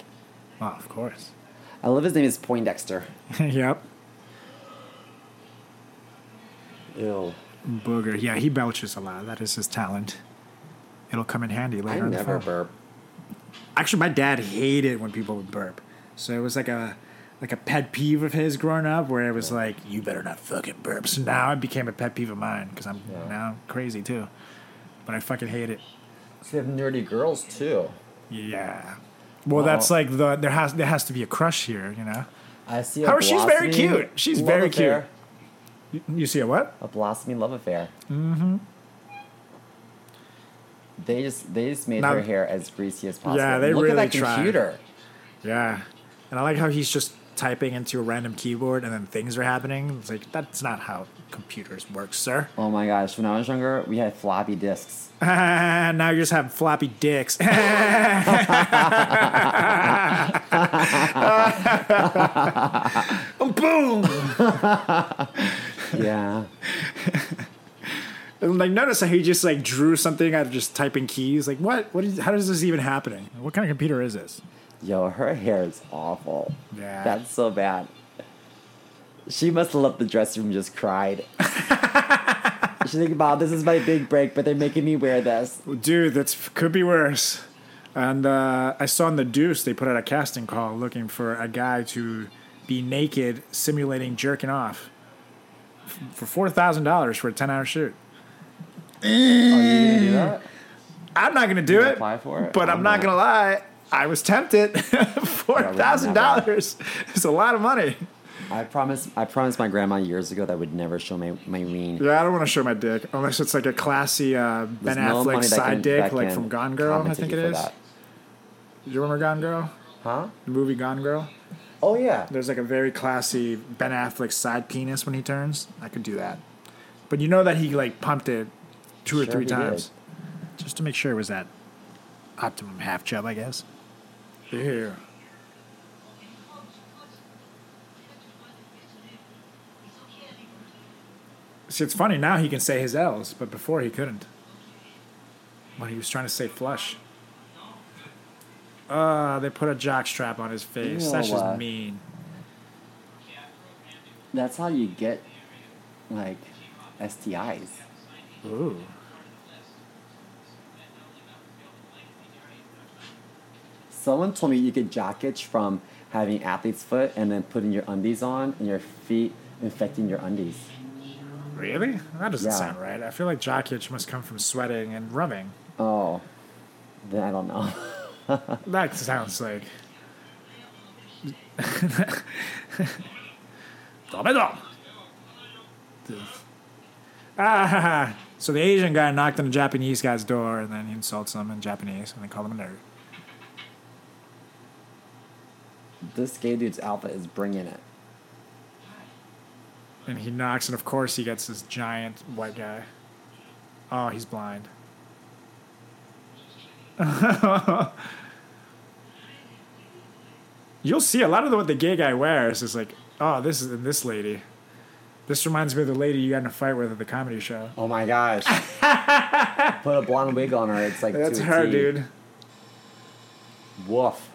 A: Oh, of course. [laughs]
C: I love his name is Poindexter.
A: yep.
C: Ew.
A: Booger. Yeah, he belches a lot. That is his talent. It'll come in handy
C: I
A: later on the
C: never
A: farm.
C: burp.
A: Actually, my dad hated when people would burp, so it was like a like a pet peeve of his growing up, where it was like, "You better not fucking burp." So now it became a pet peeve of mine because I'm now crazy too, but I fucking hate it.
C: So you have nerdy girls too.
A: Yeah. Well, that's like the there has there has to be a crush here, you know.
C: I see. A
A: However, she's very
C: blossoming
A: cute. She's
C: love
A: very
C: affair.
A: cute. You, you see a what?
C: A blossoming love affair. Mm-hmm. They just they just made
A: Now-
C: her hair as greasy as possible.
A: Yeah, they
C: Look
A: really
C: at that
A: tried.
C: computer.
A: Yeah. And I like how he's just typing into a random keyboard and then things are happening. It's like that's not how computers work, sir.
C: Oh my gosh! When I was younger, we had
A: [laughs]
C: floppy disks.
A: now you just have floppy dicks. [laughs] yeah,
C: yeah.
A: And, like notice how he just like drew something out of just typing keys. Like what? What is? How is this even happening? What kind of computer is this?
C: Yo, her hair is awful.
A: Yeah.
C: That's so bad. She must have left the dressing room and just cried.
A: [laughs]
C: She's like, Bob, this is my big break, but they're making me wear this.
A: Dude, that's could be worse. And uh, I saw in the Deuce they put out a casting call looking for a guy to be naked simulating jerking off f- for four thousand dollars for a ten hour shoot.
C: Oh, you gonna do that?
A: Mm. I'm not gonna do it.
C: apply for it?
A: But I'm,
C: I'm
A: not,
C: not.
A: gonna lie. I was tempted. [laughs] Four thousand dollars is a lot of money.
C: I promised I promised my grandma years ago that I would never show my, my ween.
A: Yeah, I don't want to show my dick unless it's like a classy uh, Ben
C: There's no
A: Affleck
C: money that
A: side
C: can-
A: dick,
C: that
A: like
C: can
A: from Gone Girl. I
C: compensate
A: think it
C: you for
A: is.
C: that.
A: Do you remember Gone Girl?
C: Huh?
A: The movie Gone Girl.
C: Oh yeah.
A: There's like a very classy Ben Affleck side penis when he turns. I could do that. But you know that he like pumped it two or
C: Sure
A: three
C: he
A: times. Just to make sure it was that optimum half chub, I guess. Yeah. See, it's funny now he can say his L's, but before he couldn't. When he was trying to say flush. Ah, they put a jock strap on his face.
C: Ew.
A: That's just mean.
C: That's how you get like STIs.
A: Ooh.
C: Someone told me you get jock itch from having athlete's foot and then putting your undies on and your feet infecting your undies.
A: Really? That doesn't
C: Yeah.
A: sound right. I feel like jock itch must come from sweating and rubbing.
C: Oh. Then I don't know. [laughs]
A: That sounds like. [laughs] Stop it up. Ah, ha, ha. so the Asian guy knocked on the Japanese guy's door and then he insults him in Japanese and they call him a nerd.
C: this gay dude's alpha is bringing it.
A: And he knocks and of course he gets this giant white guy. Oh, he's blind. [laughs] You'll see a lot of the, what the gay guy wears is like, oh, this is this lady. This reminds me of the lady you got in a fight with at the comedy show.
C: Oh my gosh. [laughs] Put a blonde wig on her. It's like to
A: That's
C: a
A: her,
C: T.
A: dude.
C: Woof.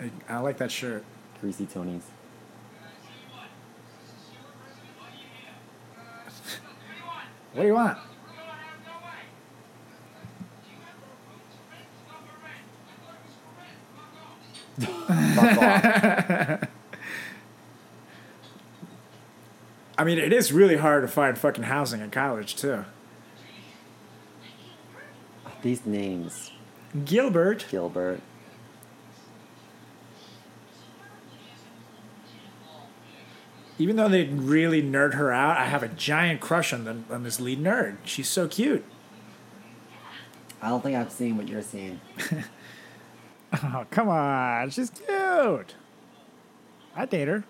A: I, I like that shirt. [laughs]
C: Greasy Tony's.
A: What do you want?
C: Fuck off.
A: I mean, it is really hard to find fucking housing in college too.
C: These names,
A: Gilbert.
C: Gilbert.
A: even though they really nerd her out, I have a giant crush on them on this lead nerd. She's so cute.
C: I don't think I've seen what you're seeing.
A: [laughs] Oh, come on. She's cute. I date her.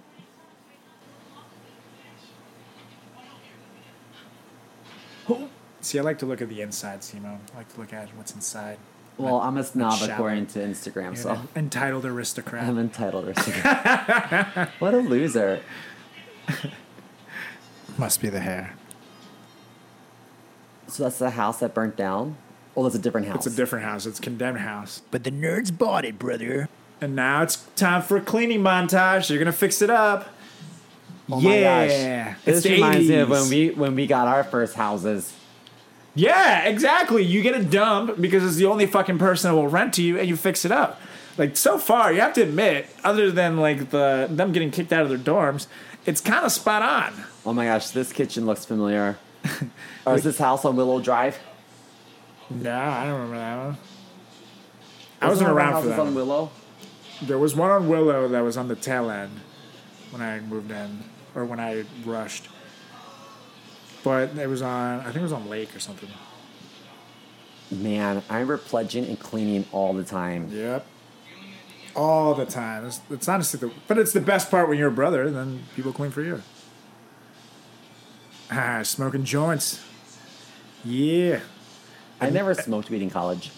A: Oh. [gasps] See, I like to look at the inside, Simo. I like to look at what's inside.
C: Well, I'm a snob
A: shallow.
C: according to Instagram, so
A: An Entitled aristocrat.
C: [laughs] I'm
A: [laughs]
C: entitled. or something. what a loser!
A: Must be the hair.
C: So that's the house that burnt down. Oh, that's a different house.
A: It's a different house. It's a condemned house.
G: But the nerds bought it, brother.
A: And now it's time for a cleaning montage. You're gonna fix it up.
C: Oh my
A: yeah.
C: gosh.
A: It's
C: This
A: the
C: reminds me of
A: 80s.
C: when we when we got our first houses.
A: Yeah, exactly. You get it dumped because it's the only fucking person that will rent to you, and you fix it up. Like so far, you have to admit, other than like the them getting kicked out of their dorms, it's kind of spot on.
C: Oh my gosh, this kitchen looks familiar. or is this house on Willow Drive?
A: No, I don't remember that one. I wasn't around for that.
C: on
A: one.
C: Willow.
A: There was one on Willow that was on the tail end when I moved in or when I rushed. But it was on, I think it was on Lake or something.
C: Man, I remember pledging and cleaning all the time.
A: Yep. All the time. It's, it's honestly the, but it's the best part when you're a brother, then people clean for you. Ah, smoking joints. Yeah.
C: I never smoked weed in college.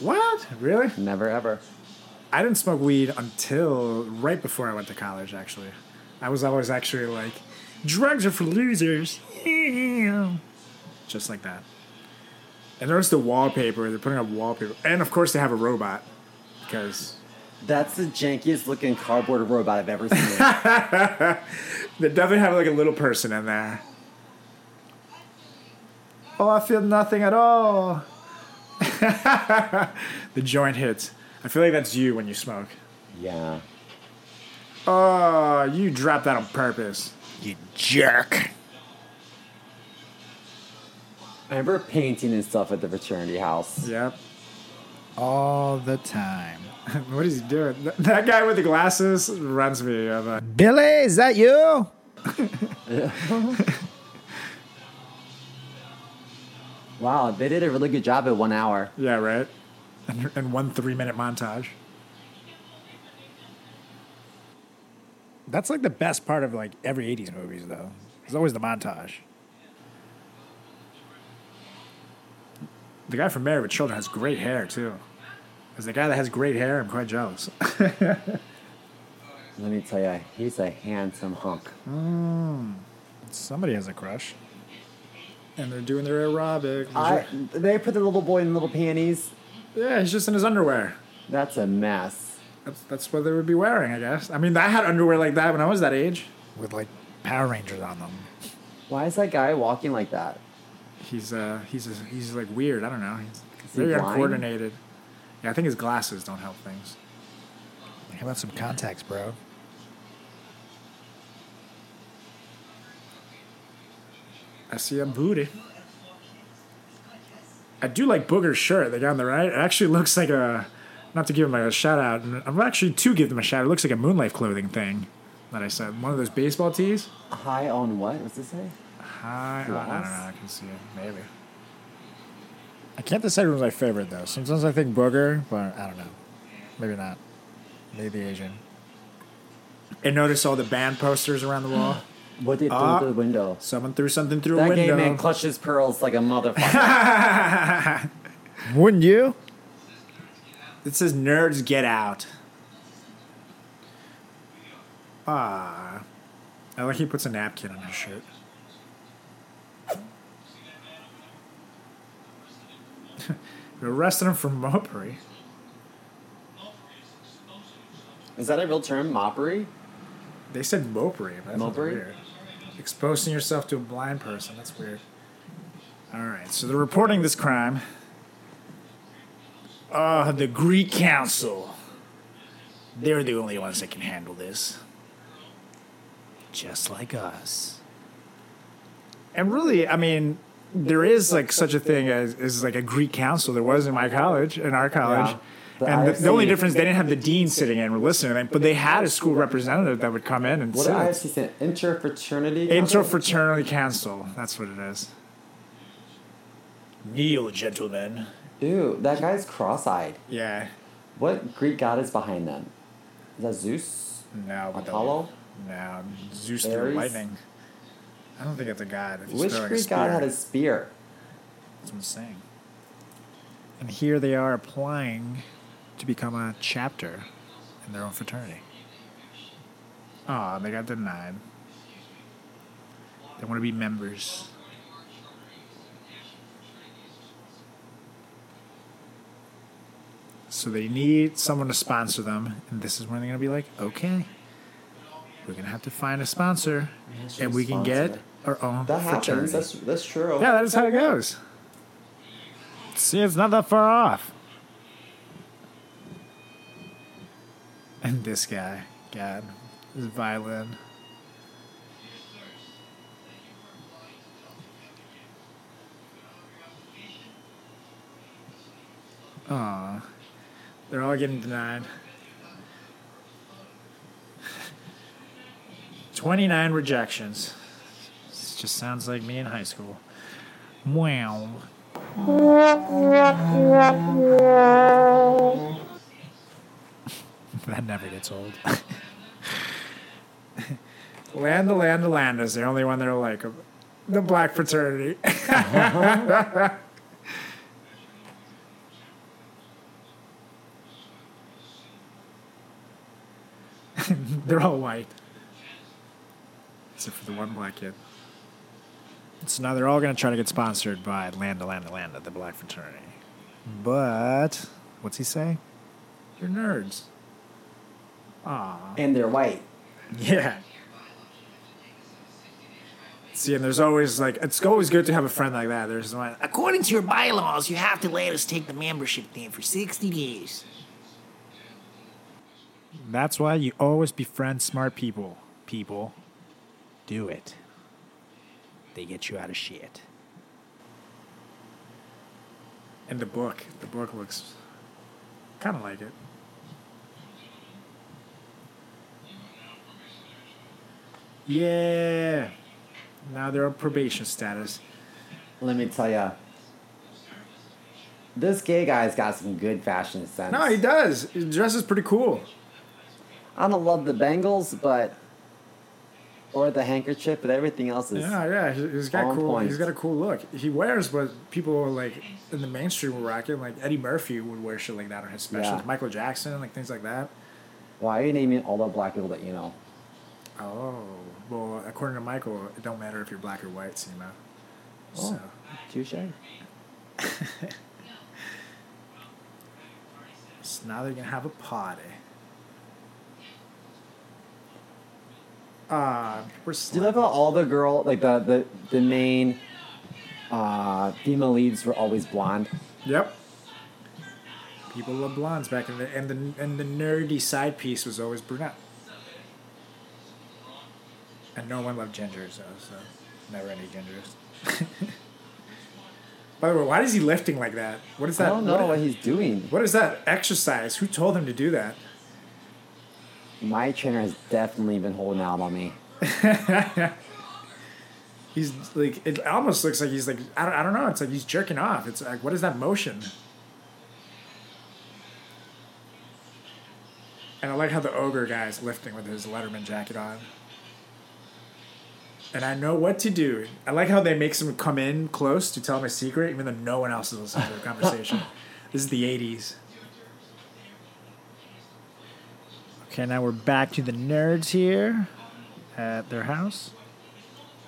A: What? Really?
C: Never ever.
A: I didn't smoke weed until right before I went to college, actually. I was always actually like, drugs are for losers. Just like that. And notice the wallpaper. They're putting up wallpaper. And of course, they have a robot. Because
C: That's the jankiest looking cardboard robot I've ever seen.
A: they definitely have like a little person in there. Oh, I feel nothing at all. [laughs] the joint hits. I feel like that's you when you smoke.
C: [laughs] yeah.
A: Oh, you dropped that on purpose.
G: You jerk.
C: I remember painting and stuff at the fraternity house.
A: Yep.
G: All the time.
A: [laughs] What is he doing? Th- That guy with the glasses reminds me of a.
G: Billy, is that you?
C: Wow, they did a really good job at one hour.
A: Yeah, right? And, and one three minute montage. That's like the best part of like every 80s movies, though. It's always the montage. The guy from Married with Children has great hair, too. As the guy that has great hair, I'm quite jealous. [laughs]
C: Let me tell you, he's a handsome hunk.
A: Somebody has a crush. And they're doing their aerobic.
C: I, they put the little boy in little panties.
A: yeah, he's just in his underwear.
C: That's a mess.
A: That's, that's what they would be wearing, I guess. I mean, I had underwear like that when I was that age. With like Power Rangers on them.
C: Why is that guy walking like that?
A: He's uh, he's a, he's like weird. I don't know. He's
C: he
A: very
C: blind?
A: uncoordinated. Yeah, I think his glasses don't help things.
G: How about some contacts, bro?
A: I see a booty. I do like Booger's shirt. The guy on the right. It actually looks like a. Not to give him like a shout out. and I'm actually to give them a shout. out. It looks like a Moonlife clothing thing that I said. One of those baseball tees.
C: High on what? What's it say?
A: I, I don't know.
C: Floss?
A: I can see it. Maybe. I can't decide who's my favorite though. Sometimes I think Booger, but I don't know. Maybe not. Maybe Asian. And notice all the band posters around the wall.
C: What did
A: Ah.
C: uh, through the window?
A: Someone threw something through
C: That
A: a
C: gay
A: window.
C: man clutches pearls like
A: [laughs]
C: a motherfucker.
A: Wouldn't you? It says "Nerds Get Out." Ah, I like he puts a napkin on his shirt. [laughs] They arrested him for mopery.
C: is that a real term? Moppery?
A: They said mopery. That's
C: Mopery?
A: weird. Exposing yourself to a blind person. That's weird. All right, so they're reporting this crime. Uh, the Greek Council. They're the only ones that can handle this.
G: Just like us.
A: And really, I mean, there is like such a thing as, as like a Greek council. There was in my college, in our college.
C: But
A: and the,
C: IFC
A: the only difference, they didn't have the dean sitting in and listening to them, but they had a school representative that would come in and
C: What did
A: sit.
C: IFC stand? Interfraternity. Council?
A: Interfraternally cancel. That's what it is. Kneel, gentlemen.
C: Ew, that guy's cross-eyed.
A: Yeah.
C: What Greek god is behind them? Is that Zeus?
A: No. but the-
C: Apollo?
A: No. Zeus through
C: Ares?
A: lightning. I don't think it's a god. It's just
C: Which
A: throwing a
C: Greek god
A: spear.
C: had a spear?
A: That's what I'm saying. And here they are applying to become a chapter in their own fraternity. Oh, they got denied. They want to be members. So they need someone to sponsor them, and this is when they're going to be like, okay, we're going to have to find a sponsor, and we can get
C: Sponsor.
A: our own
C: That
A: fraternity.
C: happens. That's that's true.
A: Yeah, that is how it goes. See, it's not that far off. And this guy, God, his violin. Aw, they're all getting denied. [laughs] 29 rejections. This just sounds like me in high school. Wow. [laughs] that never gets old. [laughs] Land the Land the Land is the only one they're like the black fraternity. [laughs] they're all white. Except for the one black kid. So now they're all going to try to get sponsored by Landa, Landa, Landa, the black fraternity. But, what's he say? You're nerds.
C: And they're white.
A: [laughs] Yeah. See, and there's always like, it's always good to have a friend like that. There's one,
G: According to your bylaws, you have to let us take the membership thing for 60 days.
A: That's why you always befriend smart people. People, do it. They get you out of shit. And the book, the book looks kind of like it. Yeah. Now they're on probation status.
C: Let me tell ya. This gay guy's got some good fashion sense.
A: No, he does. He dresses pretty cool.
C: I don't love the bangles, but or the handkerchief, but everything else is.
A: Yeah, yeah, he- he's got
C: on
A: cool.
C: point.
A: He's got a cool look. He wears what people like in the mainstream were rocking. Like Eddie Murphy would wear shit like that on his specials.
C: Yeah.
A: Michael Jackson, like things like that.
C: Why are you naming all the black people that you know?
A: Oh, well, according to Michael, it don't matter if you're black or white, Seema.
C: Oh.
A: So,
C: Touche.
A: so now they're gonna have a party. Uh, we're
C: Do you love how
A: still.
C: all the girl, like the the the main uh, female leads were always blonde?
A: Yep. People love blondes back in the and the and the nerdy side piece was always brunette. And no one loved gingers though, so never any gingers. [laughs] By the way, why is he lifting like that? What is
C: I
A: that?
C: don't know
A: what-
C: what he's doing.
A: what is that exercise? Who told him to do that?
C: My trainer has definitely been holding out on me.
A: He's like, it almost looks like he's like, I don't, I don't know. It's like he's jerking off. It's like, what is that motion? And I like how the ogre guy is lifting with his Letterman jacket on. And I know what to do. I like how they make him come in close to tell him a secret, even though no one else is listening to the conversation. this is the 80s. Okay, now we're back to the nerds here at their house.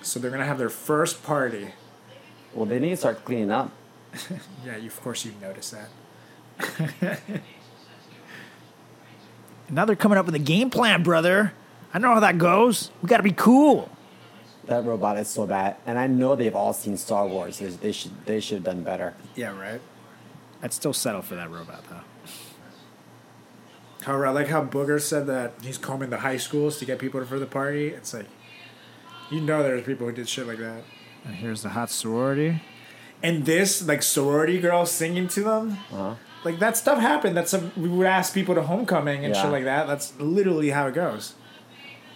A: So they're gonna have their first party.
C: Well, they need to start cleaning up.
A: Yeah, you, of course you notice that. [laughs] now they're coming up with a game plan, brother. I know how that goes. We gotta be cool.
C: That robot is so bad, and I know they've all seen Star Wars. They- They should they should have done better.
A: Yeah, right. I'd still settle for that robot though. However, I like how Booger said that he's combing the high schools to get people for the party. It's like, you know, there's people who did shit like that. And here's the hot sorority. And this, like, sorority girl singing to them. Uh-huh. Like that stuff happened. That's some, we would ask people to homecoming and
C: Yeah.
A: shit like that. That's literally how it goes.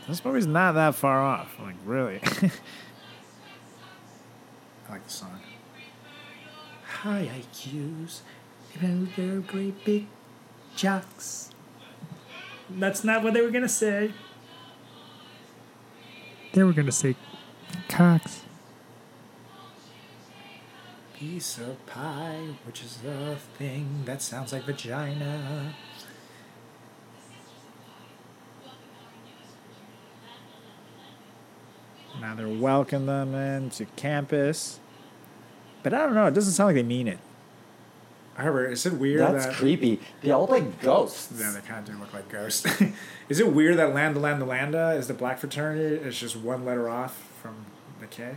A: This movie's not that far off. Like really. [laughs] I like the song. High IQs, you know they're great big jocks. That's not what they were gonna say.
F: They were gonna say Cox.
A: Piece of pie, which is the thing that sounds like vagina. Now they're welcoming them into campus. But I don't know, it doesn't sound like they mean it. Herbert, is it weird
C: That's
A: that
C: creepy. They all like ghosts.
A: Yeah, they kind of do look like ghosts. [laughs] is it weird that Landa Landa Landa is the black fraternity? It's just one letter off from the K.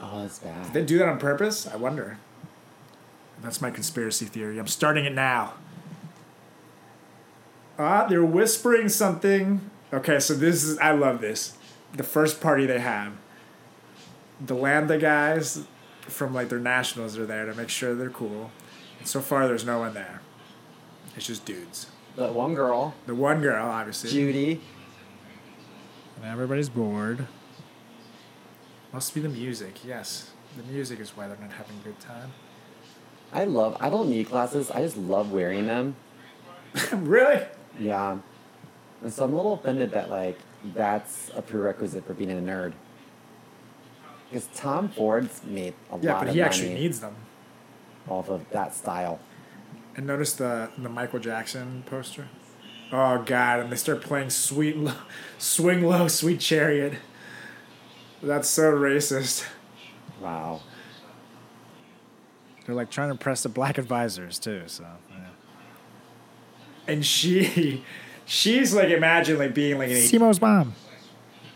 C: Oh, that's bad.
A: They do that on purpose? I wonder. That's my conspiracy theory. I'm starting it now. Ah, they're whispering something. Okay, so this is I love this. The first party they have. The Lambda guys from like their nationals are there to make sure they're cool. And so far there's no one there. It's just dudes.
C: That one girl,
A: The one girl, obviously.
C: Judy.
A: And everybody's bored. Must be the music, yes. The music is why they're not having a good time. [laughs]
C: I love. I don't need glasses. I just love wearing them.
A: really?
C: Yeah. And so I'm a little offended that like that's a prerequisite for being a nerd. Because Tom Ford's made a
A: Yeah,
C: lot
A: but
C: of
A: he
C: money
A: actually needs them.
C: off of that style.
A: And notice the the Michael Jackson poster. Oh God! And they start playing "Sweet Lo- Swing Low, Sweet Chariot." That's so racist.
C: Wow.
A: They're like trying to impress the black advisors too. So. And she, [laughs] she's like imagine like being like an eighteen.
F: Simo's mom.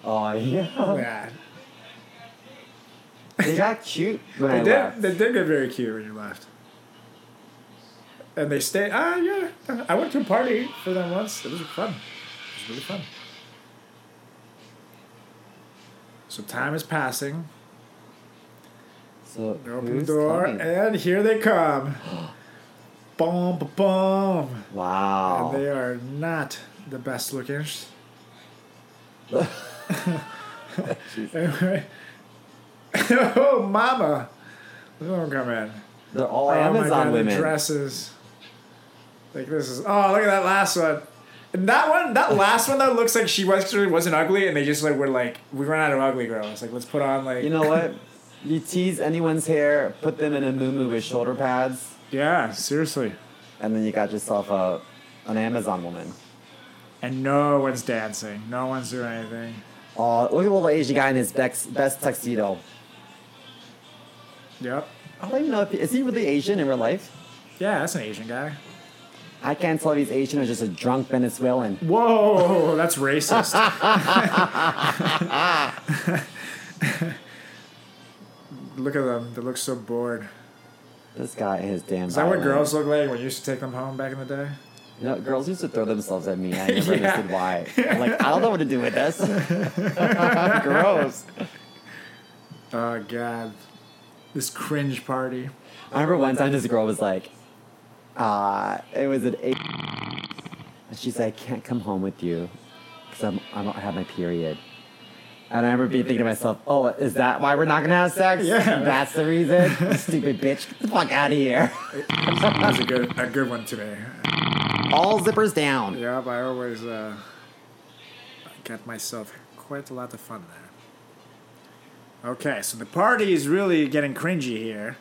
C: Oh [laughs] yeah.
A: Yeah.
C: they got cute when
A: They
C: I
A: did.
C: left.
A: They did get very cute when you left. And they stayed. Ah, yeah. I went to a party for them once. It was fun. It was really fun. So time is passing.
C: So
A: They open the
C: who's
A: door,
C: coming?
A: and here they
C: [gasps]
A: come. boom, boom, boom.
C: Wow.
A: And they are not the best
C: [laughs]
A: looking. [laughs] Anyway. [laughs] oh, mama. Look at them come in.
C: They're all
A: Oh my
C: Amazon
A: God, the
C: women.
A: dresses. Like this is oh look at that last one. And that one, that last one though looks like she was she wasn't ugly, and they just like were like we run out of ugly girls. Like let's put on like
C: You know what? You tease anyone's hair, put them in a moo with shoulder pads,
A: yeah seriously.
C: and then you got yourself a an Amazon woman.
A: And no one's dancing, no one's doing anything.
C: Oh, look at the little Asian guy in his best, best tuxedo.
A: Yep.
C: I don't even know if he, is he really Asian in real life.
A: Yeah, that's an Asian guy.
C: I can't tell if he's Asian or just a drunk Venezuelan.
A: Whoa, that's racist. [laughs] look at them; they look so bored.
C: This guy and his damn.
A: Is that what
C: violin.
A: girls look like when you used to take them home back in the day?
C: No, girls used to throw themselves
A: [laughs]
C: at me. I never
A: Yeah.
C: understood why. I'm like I don't know what to do
A: [laughs]
C: with this. [laughs] Gross.
A: Oh god, this cringe party.
C: I remember one time this girl was like, uh, it was an eight. And she's like, I can't come home with you because I'm, I don't have my period. And I remember being thinking to myself, oh, is that why we're not going to have sex?
A: Yeah.
C: That's
A: [laughs]
C: the reason? You Stupid bitch, get the fuck out of here.
A: That was a good, a good one today.
C: All zippers down.
A: Yep, I always uh, get myself quite a lot of fun there. Okay, so the party is really getting cringy here.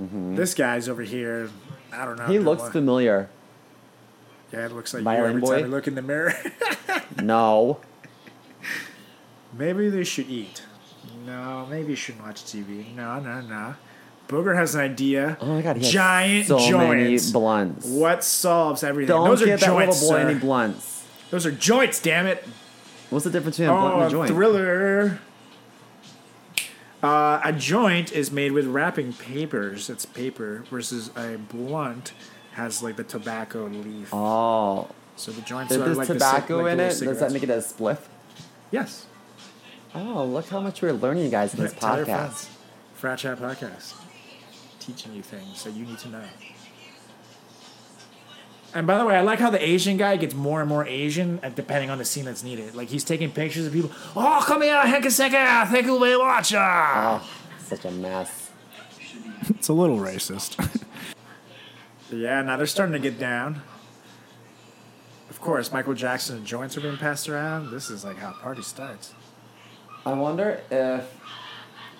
A: This guy's over here. I don't know.
C: Mm-hmm. He looks
A: the
C: familiar.
A: yeah. It looks like you
C: Violin
A: every
C: boy?
A: time you look in the mirror. [laughs]
C: No.
A: maybe they should eat. No, maybe you shouldn't watch TV. No, no, no. Booger has an idea.
C: Oh my god, he has
A: giant
C: so
A: joints.
C: many blunts.
A: What solves everything?
C: Don't
A: Those are
C: give that
A: joints,
C: little boy
A: sir.
C: any blunts.
A: Those are joints, damn it.
C: What's the difference between a
A: Oh,
C: blunt and
A: a
C: a joint?
A: thriller. Uh, a joint is made with wrapping papers. It's paper versus a blunt has like the tobacco leaf.
C: Oh.
A: So the joints
C: If
A: are
C: there's
A: like
C: tobacco
A: the, ci- like
C: in
A: the little
C: it, does that
A: cigarettes.
C: make it a spliff?
A: Yes.
C: Oh, look how much we're learning, you guys, in
A: [laughs]
C: this
A: Tell your
C: podcast.
A: friends. Frat Chat Podcast. Teaching you things that you need to know. And by the way, I like how the Asian guy gets more and more Asian uh, depending on the scene that's needed. Like he's taking pictures of people. Oh, come here, Henkaseka, thank you very much. ah."
C: Such a mess.
A: It's a little racist. [laughs] yeah, now they're starting to get down. Of course, Michael Jackson and joints are being passed around. This is like how a party starts.
C: I wonder if.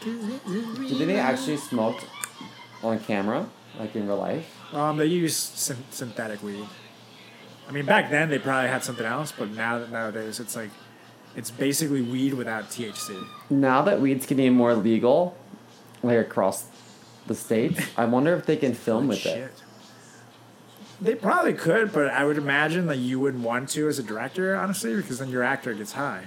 C: Did they actually smoke on camera, like in real life?
A: Um, they use syn- synthetic weed. I mean, back then they probably had something else, but now nowadays it's like it's basically weed without THC.
C: Now that weed's getting more legal, like across the states, I wonder if they can film with it.
A: They probably could, but I would imagine that you wouldn't want to as a director, honestly, because then your actor gets high.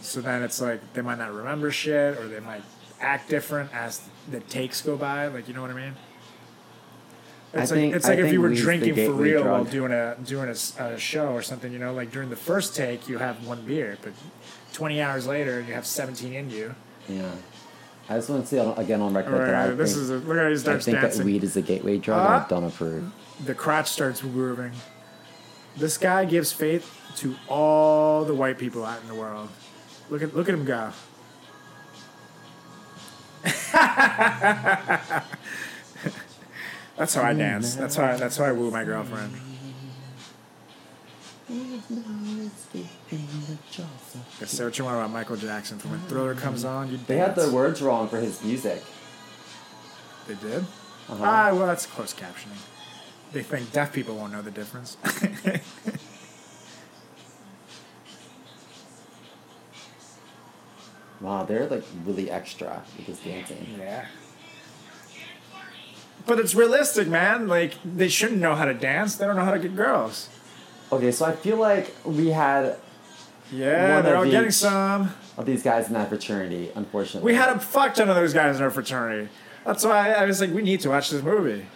A: So then it's like they might not remember shit, or they might act different as the takes go by. Like you know what I mean? It's
C: I
A: like
C: think-
A: it's
C: I
A: like if
C: think
A: you were
C: weed's the
A: drinking for
C: gateway
A: real while
C: drug.
A: doing a doing a, s- a show or something. You know, like during the first take you have one beer, but twenty hours later you have seventeen in you.
C: Yeah. I just want to see on- again on record
A: All right,
C: that I
A: this
C: think,
A: is a, look at how he
C: I
A: starts
C: think that
A: dancing.
C: weed is a gateway drug and
A: Ah.
C: I don't approve.
A: the crotch starts grooving. This guy gives faith to all the white people out in the world. Look at look at him go. [laughs] that's how I dance. That's how I, that's how I woo my girlfriend. That's what you want about Michael Jackson. From when Thriller comes on, you
C: They had
A: dance.
C: the words wrong for his music.
A: They did?
C: Uh-huh.
A: Ah, well, that's closed captioning. They think deaf people won't know the difference. [laughs]
C: Wow, they're like really extra with this dancing.
A: yeah. But it's realistic, man. Like, they shouldn't know how to dance. They don't know how to get girls.
C: Okay, so I feel like we had
A: Yeah,
C: One
A: they're
C: of
A: all getting
C: each.
A: some.
C: all these guys in that fraternity, unfortunately.
A: We had a fuck ton of those guys in our fraternity. That's why I was like, we need to watch this movie.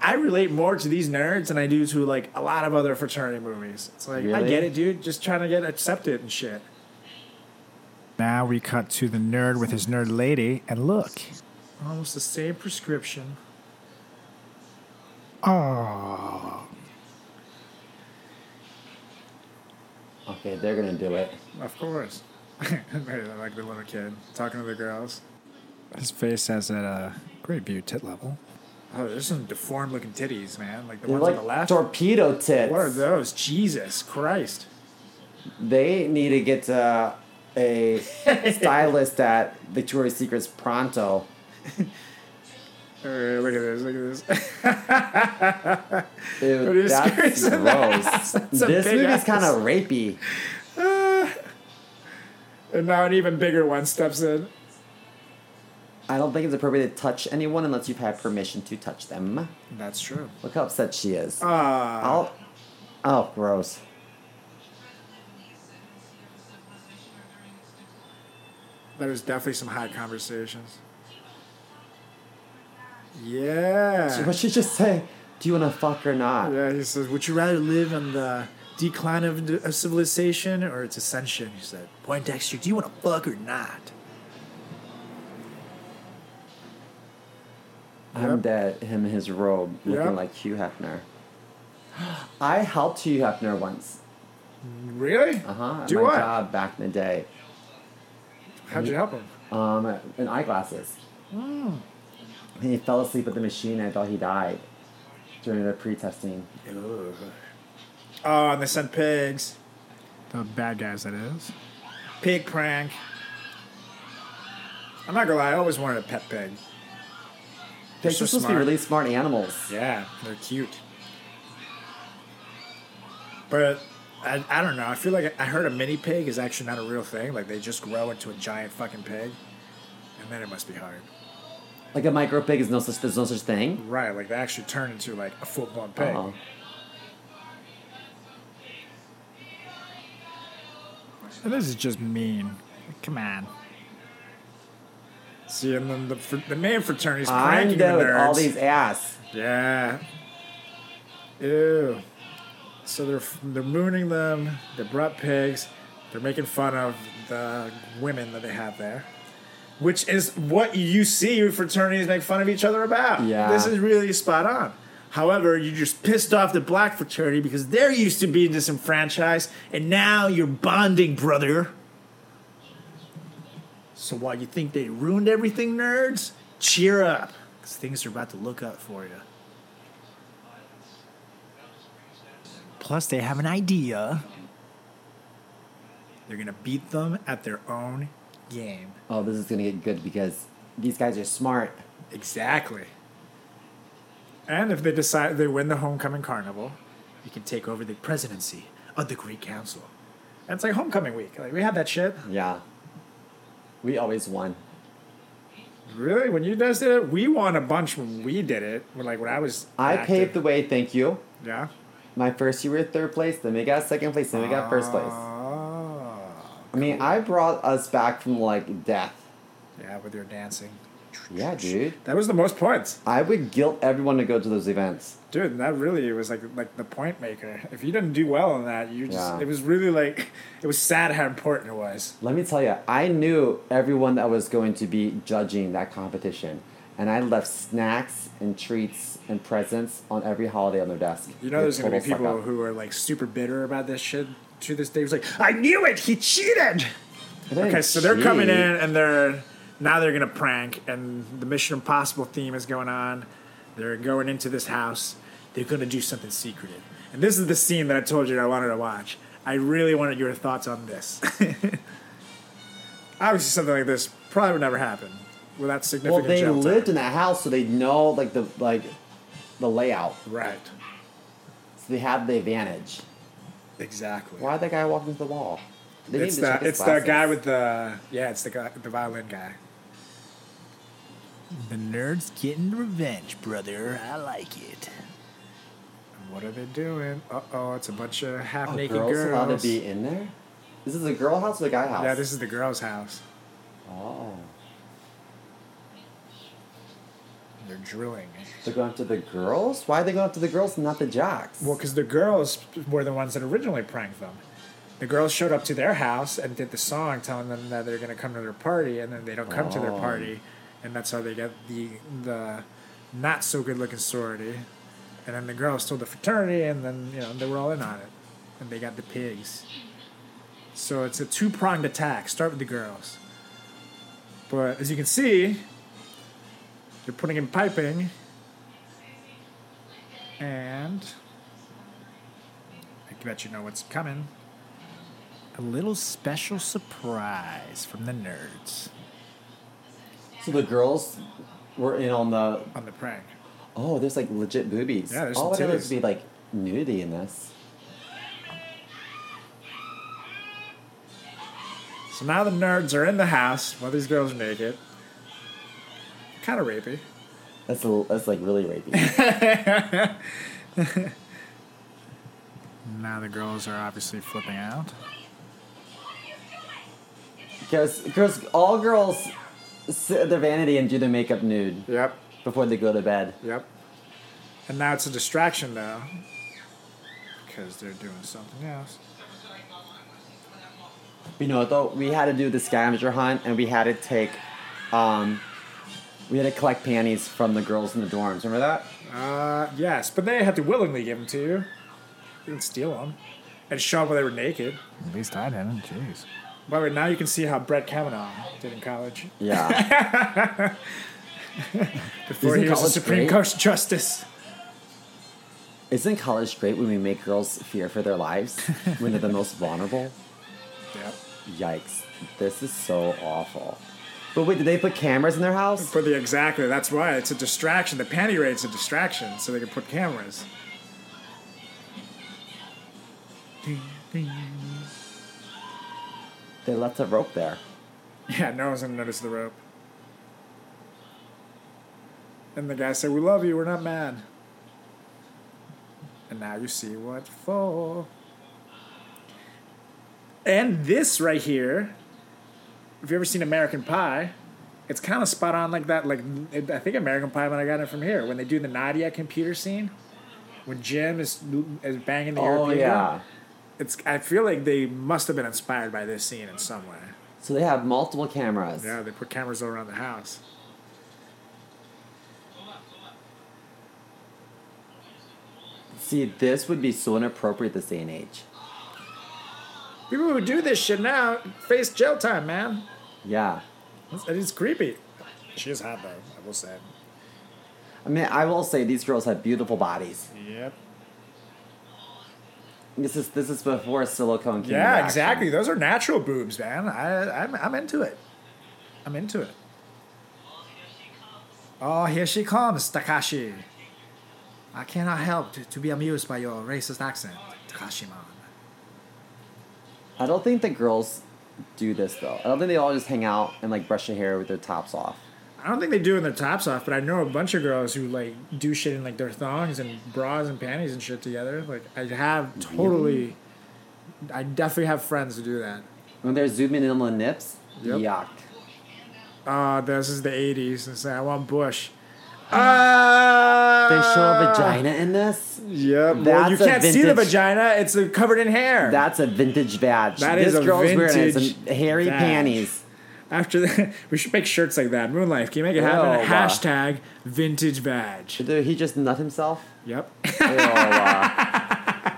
A: I relate more to these nerds than I do to like a lot of other fraternity movies. It's like I
C: Really?
A: get it, dude. Just trying to get accepted and shit. Now we cut to the nerd with his nerd lady, and look, almost the same prescription.
F: Oh,
C: Okay, they're gonna do it.
A: Of course. [laughs] like the little kid talking to the girls. His face has that uh, great view tit level. Oh, there's some deformed looking titties, man. Like the
C: They're
A: ones
C: like
A: on the left.
C: torpedo tits.
A: what are those? Jesus Christ.
C: They need to get uh,
A: [laughs]
C: a stylist at Victoria's Secret's pronto.
A: Uh, look at this. Look at this. What
C: Ew,
A: is
C: that's
A: scary to [laughs]
C: gross.
A: a
C: this
A: big
C: movie's kind
A: ass.
C: of rapey.
A: [laughs] and now an even bigger one steps in.
C: I don't think it's appropriate to touch anyone unless you've had permission to touch them.
A: That's true.
C: Look how upset she is.
A: Uh,
C: I'll, oh, gross.
A: there's definitely some hot conversations. Yeah.
C: What she just say? Do you want to fuck or not?
A: Yeah, he says, Would you rather live on the decline of, of civilization or its ascension? He said, Poindexter, do you want to fuck or not?
C: I'm
A: Yep.
C: dead. Him in his robe, looking
A: Yep.
C: like Hugh Hefner. [gasps] I helped Hugh Hefner once.
A: Really?
C: Uh huh.
A: Do
C: my
A: what?
C: job back in the day.
A: How'd you help him?
C: Um, in eyeglasses.
A: Hmm.
C: And he fell asleep at the machine. I thought he died during the pre-testing.
A: Oh, and they sent pigs. The bad guys, that is. Pig prank. I'm not gonna lie, I always wanted a pet pig.
C: Pigs
A: so
C: are supposed to be
A: smart.
C: really smart animals.
A: Yeah, they're cute. But I, I don't know. I feel like I heard a mini pig is actually not a real thing. Like they just grow into a giant fucking pig, and then it must be hard.
C: Like a micro pig is no such. There's no such thing.
A: Right, like they actually turn into like a full blown pig.
C: Oh.
A: This is just mean. Come on. See, and then the, fr- the main fraternity's
C: I'm
A: pranking the
C: dead with
A: nerds.
C: all these ass.
A: Yeah. Ew. So they're they're mooning them. They brought pigs. They're making fun of the women that they have there. which is what you see fraternities make fun of each other about.
C: Yeah.
A: This is really spot on. However, you just pissed off the black fraternity because they're used to being disenfranchised, and now you're bonding, brother. So while you think they ruined everything, nerds, cheer up because things are about to look up for you. Plus, they have an idea. They're going to beat them at their own game.
C: Oh, this is gonna get good because these guys are smart.
A: Exactly. And if they decide they win the homecoming carnival, you can take over the presidency of the Greek Council. And it's like homecoming week. Like we had that shit.
C: Yeah. We always won.
A: Really? When you guys did it, we won a bunch when we did it. When, like when I was
C: I
A: active.
C: paved the way, thank you.
A: Yeah.
C: My first year we were third place, then we got second place, then we got first place.
A: Ah, Oh.
C: I mean, I brought us back from like death.
A: Yeah, with your dancing.
C: Yeah, dude.
A: That was the most points.
C: I would guilt everyone to go to those events.
A: Dude, that really was like like the point maker. If you didn't do well in that, you just
C: Yeah.
A: it was really like [laughs] it was sad how important it was.
C: Let me tell you, I knew everyone that was going to be judging that competition. And I left snacks and treats and presents on every holiday on their desk.
A: You know, there's gonna be
C: Total suck
A: people
C: up.
A: who are like super bitter about this shit to this day. It's like, I knew it. He cheated.
C: I didn't
A: Okay, so they're coming in
C: cheat.
A: and they're now they're gonna prank, and the Mission Impossible theme is going on. They're going into this house. They're gonna do something secretive, and this is the scene that I told you I wanted to watch. I really wanted your thoughts on this.
C: [laughs]
A: Obviously, something like this probably would never happen without
C: Well,
A: significant.
C: they
A: jail time.
C: lived in that house, so they know like the like the layout.
A: right.
C: So they have the advantage.
A: Exactly.
C: Why would that guy walk into the wall? They need
A: It's
C: to
A: the
C: check his
A: it's the guy
C: glasses.
A: with the yeah, it's the guy the violin guy.
G: The nerd's getting revenge, brother. I like it.
A: What are they doing? Uh oh, it's a bunch of half naked
C: Oh, girls,
A: girls.
C: allowed to be in there. This is a girl house or a guy house?
A: yeah, this is the girls' house.
C: Oh,
A: They're drilling.
C: they're going after the girls. Why are they going after the girls and not the jocks?
A: Well, because the girls were the ones that originally pranked them. The girls showed up to their house and did the song telling them that they're going to come to their party, and then they don't come to their
C: Oh.
A: party, and that's how they get the the not so good looking sorority. And then the girls told the fraternity, and then you know they were all in on it, and they got the pigs. So it's a two pronged attack. Start with the girls, but as you can see, they're putting in piping, and I bet you know what's coming. A little special surprise from the nerds
C: so the girls were in on the.
A: on the prank.
C: Oh, there's like legit boobies.
A: Yeah, there's
C: All
A: some
C: I know
A: titties.
C: is be like nudity in this.
A: So now the nerds are in the house while these girls are naked. Kind of rapey.
C: That's a, that's like really rapey. [laughs]
A: Now the girls are obviously flipping out.
C: because because all girls sit at their vanity and do their makeup nude
A: Yep,
C: before they go to bed.
A: yep. And now it's a distraction though, because they're doing something else.
C: You know, though, we had to do the scavenger hunt, and we had to take, um, we had to collect panties from the girls in the dorms. Remember [laughs] that?
A: Uh, yes, but they had to willingly give them to you. You didn't steal them. And show up while they were naked.
F: At least I didn't. Jeez.
A: By the way, now you can see how Brett Kavanaugh did in college.
C: Yeah.
A: Before
C: Isn't
A: he was a
C: college
A: Supreme
C: great?
A: Court Justice.
C: Isn't college great when we make girls fear for their lives when they're the most vulnerable?
A: Yep.
C: Yikes! This is so awful. But wait, did they put cameras in their house?
A: For the exactly, that's why it's a distraction. The panty raid's a distraction, so they can put cameras.
C: They left a rope there.
A: Yeah, no one's gonna notice the rope. And the guy said, "We love you. We're not mad." And now you see what for. And this right here, if you ever seen American Pie, it's kind of spot on like that. Like it- I think American Pie when I got it from here when they do the Nadia computer scene, when Jim is, is banging the
C: Oh
A: European.
C: yeah.
A: It's. I feel like they must have been inspired by this scene in some way.
C: So they have multiple cameras.
A: Yeah, they put cameras all around the house.
C: See, this would be so inappropriate this day and age.
A: People who do this shit now face jail time, man.
C: Yeah.
A: It's, it is creepy. She is hot though. I will say.
C: I mean, I will say these girls have beautiful bodies.
A: Yep.
C: This is this is before silicone came
A: Yeah,
C: into
A: exactly.
C: action.
A: Those are natural boobs, man. I, I'm, I'm into it. I'm into it. Oh, here she comes, Takashi. I cannot help to, to be amused by your racist accent, Takashi man.
C: I don't think the girls do this though. I don't think they all just hang out and like brush their hair with their tops off.
A: I don't think they do in their tops off, but I know a bunch of girls who like do shit in like their thongs and bras and panties and shit together. Like I have totally, I definitely have friends who do that.
C: When they're zooming in on the nips,
A: Yep.
C: yuck.
A: Uh, this is the '80s, and say I want Bush. Uh,
C: They show a vagina in this.
A: Yeah, well,
C: That's
A: you
C: a
A: can't see the
C: vintage-
A: vagina; it's uh, covered in hair.
C: That's a vintage badge.
A: That
C: this
A: is a
C: girl's wearing
A: vintage
C: some hairy
A: badge.
C: panties.
A: After that, [laughs] we should make shirts like that. Moonlife, can you make it happen?
C: Oh, wow.
A: Hashtag vintage badge.
C: Did he just nut himself?
A: Yep.
C: Ew, uh,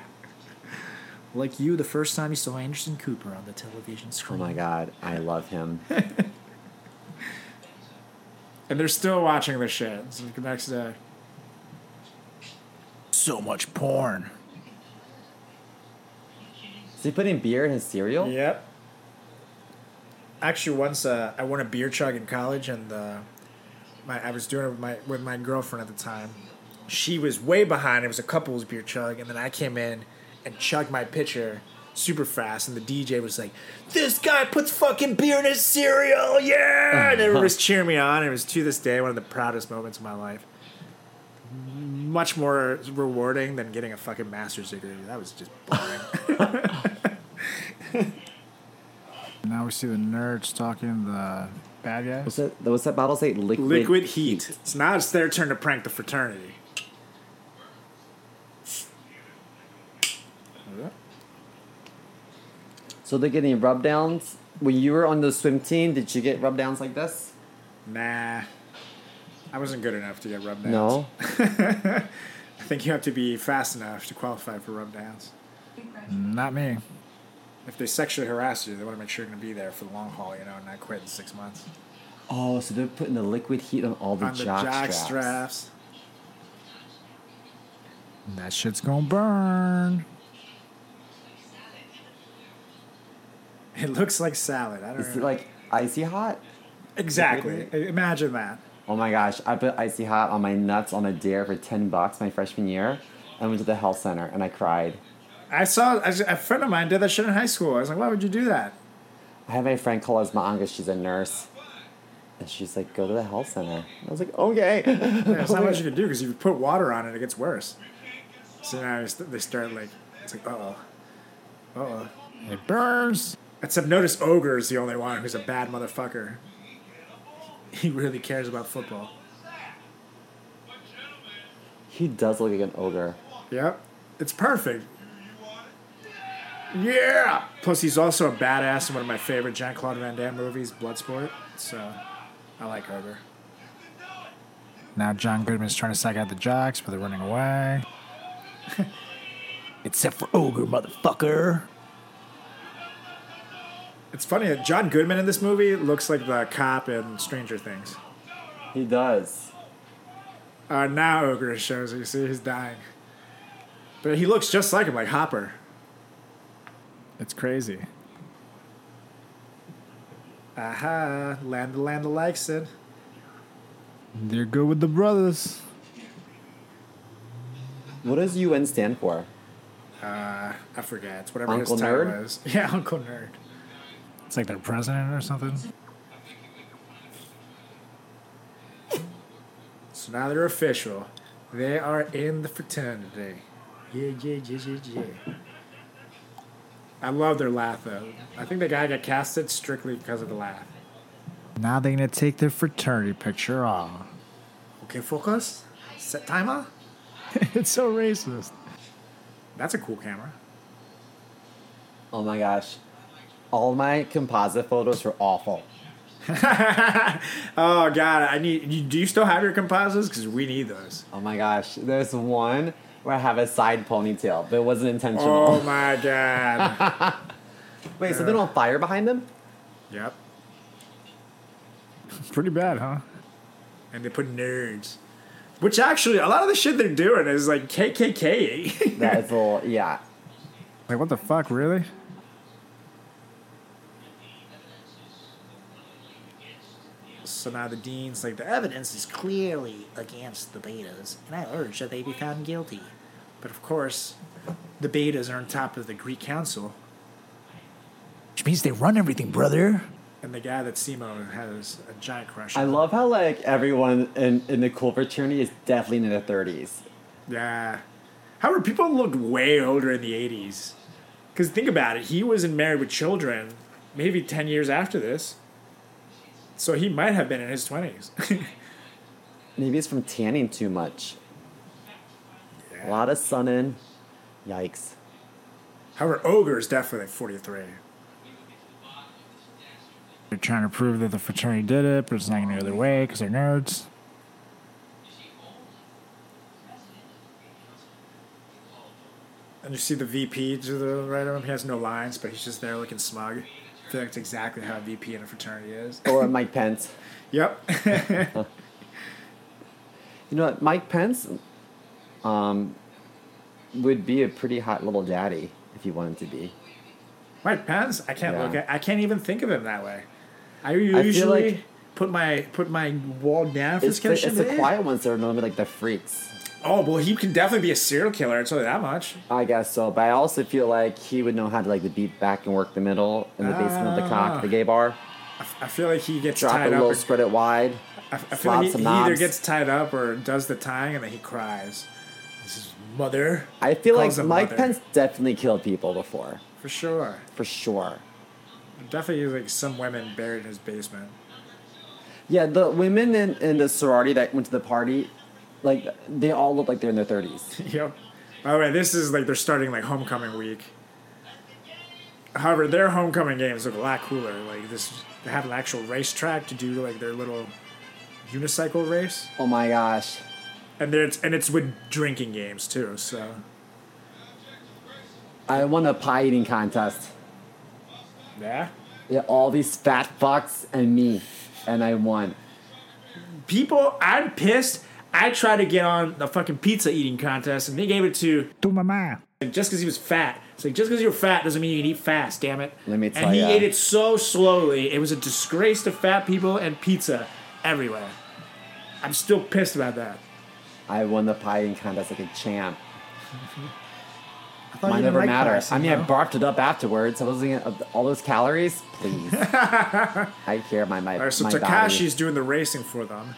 A: [laughs] like you, the first time you saw Anderson Cooper on the television
C: oh
A: screen.
C: my god, I love him.
A: And they're still watching this shit. It's like the next day. So much porn.
C: Is he putting beer in his cereal?
A: Yep. Actually, once uh, I won a beer chug in college, and uh, my I was doing it with my with my girlfriend at the time. She was way behind. It was a couples beer chug, and then I came in and chugged my pitcher super fast, and the DJ was like, "This guy puts fucking beer in his cereal, yeah!" And everyone was cheering me on. It was to this day one of the proudest moments of my life. Much more rewarding than getting a fucking master's degree. That was just boring. [laughs]
F: Now we see the nerds talking to the bad
C: What's
F: guys.
C: that, what's that bottle say? Liquid.
A: Liquid heat. So now it's their turn to prank the fraternity.
C: So they're getting rub downs. When you were on the swim team, did you get rub downs like this?
A: Nah. I wasn't good enough to get rub downs.
C: No.
A: I think you have to be fast enough to qualify for rub downs.
F: Not me.
A: If they sexually harass you, they want to make sure you're going to be there for the long haul, you know, and not quit in six months.
C: Oh, so they're putting the liquid heat on all the
A: On the
C: jock,
A: jock
C: straps.
A: straps.
F: That shit's gonna burn.
A: It looks like salad. I don't
C: Is
A: know.
C: it like icy hot?
A: exactly. Imagine that.
C: Oh my gosh, I put icy hot on my nuts on a dare for ten bucks my freshman year. I went to the health center and I cried.
A: I saw I- a friend of mine did that shit in high school. I was like, why would you do that?
C: I had my friend call us Maanga. She's a nurse. And she's like, go to the health center. I was like,
A: [laughs]
C: okay.
A: There's not much you can do because if you put water on it, it gets worse. So now it's- they start like, it's like, uh oh. Uh oh.
F: It burns.
A: Except notice Ogre is the only one who's a bad motherfucker. He really cares about football.
C: He does look like an ogre.
A: Yep. It's perfect. Yeah! Plus, he's also a badass in one of my favorite Jean Claude Van Damme movies, Bloodsport. So, I like Ogre.
F: Now John Goodman's trying to psych out the jocks, but they're running away.
G: Except for Ogre, motherfucker.
A: It's funny that John Goodman in this movie looks like the cop in Stranger Things.
C: He does.
A: Uh, now Ogre shows, you see, he's dying. But he looks just like him, like Hopper.
F: It's crazy.
A: Aha, Landa Landa likes it.
F: They're good with the brothers.
C: What does UN stand for?
A: I forget. It's whatever
C: Uncle
A: his title
C: Nerd?
A: was. [laughs] Yeah, Uncle Nerd.
F: It's like their president or something.
A: So now they're official. They are in the fraternity. Yeah, yeah, yeah, yeah, yeah. I love their laugh though. I think the guy got casted strictly because of the laugh.
F: Now they're gonna take their fraternity picture off.
A: Okay, focus. Set timer.
F: [laughs] it's so racist.
A: That's a cool camera.
C: Oh my gosh. all my composite photos were awful.
A: Oh God, I need. You, do you still have your composites? Because we need those.
C: Oh my gosh, there's one where I have a side ponytail, but it wasn't intentional.
A: Oh my
F: [laughs]
A: God.
C: Wait, so they're on fire behind them?
A: yep.
F: Pretty bad, huh?
A: And they put nerds, which actually a lot of the shit they're doing is like [laughs] KKK.
C: That's a little, yeah.
F: Like, what the fuck, really?
A: so now the dean's like the evidence
G: Evidence is clearly against the betas, and I urge that they be found guilty.
A: But of course, the betas are on top of the Greek council,
G: Which means they run everything, brother.
A: and the guy that Simo has a giant crush.
C: I
A: on.
C: love how like everyone in, in the cool fraternity is definitely in their thirties.
A: Yeah. However, people looked way older in the 80s. Because think about it, he wasn't married with children maybe 10 years after this. So he might have been in his [laughs] 20s.
C: Maybe it's from tanning too much. A lot of sun in. Yikes.
A: However, Ogre is definitely like 43.
F: They're trying to prove that the fraternity did it, but it's not going to go their way because they're nerds.
A: And you see the VP to the right of him. He has no lines, but he's just there looking smug. I feel like it's exactly how a VP in a fraternity is.
C: Or Mike Pence.
A: [laughs] yep.
C: You know what? Mike Pence um, would be a pretty hot little daddy if he wanted to be.
A: Mike Pence, I can't
C: Yeah.
A: look at I can't even think of him that way. I
C: feel
A: usually
C: like-
A: put my put my wall down for
C: It's,
A: this kind
C: the,
A: of shit.
C: it's the
A: but-
C: quiet ones that are normally like the freaks.
A: Oh well, he can definitely be a serial killer. I'll tell you that much.
C: I guess so, but I also feel like he would know how to like the beat back and work the middle in the basement of the
A: Ah.
C: cock, the gay bar.
A: I feel like he gets
C: Drop it
A: tied
C: low,
A: up. Or,
C: spread it wide.
A: I, I feel
C: slap
A: like he,
C: some
A: he either
C: knobs.
A: gets tied up or does the tying, and then he cries. This is mother.
C: I feel like
A: Calls him
C: Mike
A: mother.
C: Pence definitely killed people before,
A: for sure.
C: for sure.
A: Definitely like some women buried in his basement. [laughs]
C: Yeah, the women in, in the sorority that went to the party, like they all look like they're in their thirties.
A: Yep. By the way, this is like they're starting like homecoming week. However, their homecoming games look a lot cooler. Like this, they have an actual racetrack to do like their little unicycle race,
C: Oh my gosh,
A: and there's and it's with drinking games too. So
C: I won a pie eating contest.
A: yeah.
C: Yeah, all these fat fucks and me, and I won.
A: people, I'm pissed. I tried to get on the fucking pizza eating contest, and they gave it to
F: Do my mind.
A: like, just because he was fat. It's like just because you're fat doesn't mean you can eat fast. Damn it!
C: Let me
A: And
C: tell
A: he
C: ya.
A: ate it so slowly. It was a disgrace to fat people and pizza everywhere. I'm still pissed about that.
C: I won the pie eating contest like a champ.
A: I thought
C: Mine
A: you didn't
C: never
A: like
C: matter.
A: Carson,
C: I mean, I
A: though.
C: barfed it up afterwards. I wasn't gonna, all those calories.
A: [laughs]
C: Please, I care my my
A: All right, so
C: my body.
A: Takashi's doing the racing for them,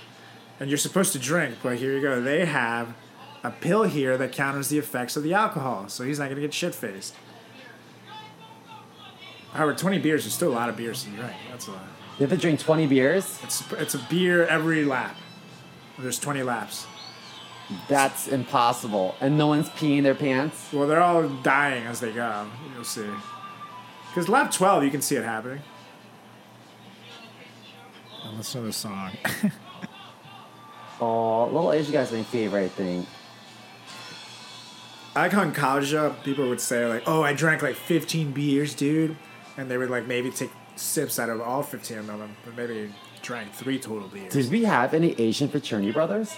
A: and you're supposed to drink, but here you go. They have a pill here that counters the effects of the alcohol, so he's not gonna get shit faced. However, 20 beers is still a lot of beers to drink. That's a lot.
C: You have to drink twenty beers.
A: It's, it's a beer every lap. There's 20 laps.
C: That's impossible. And no one's peeing their pants.
A: Well, they're all dying as they go. You'll see. Because lap 12, you can see it happening.
F: Listen to the song.
A: [laughs]
C: Oh, little Asian guy's my favorite thing.
A: Icon Kaja, people would say like, "Oh, I drank like 15 beers, dude," and they would like maybe take sips out of all 15 of them, but maybe drank three total beers.
C: Did we have any Asian fraternity brothers?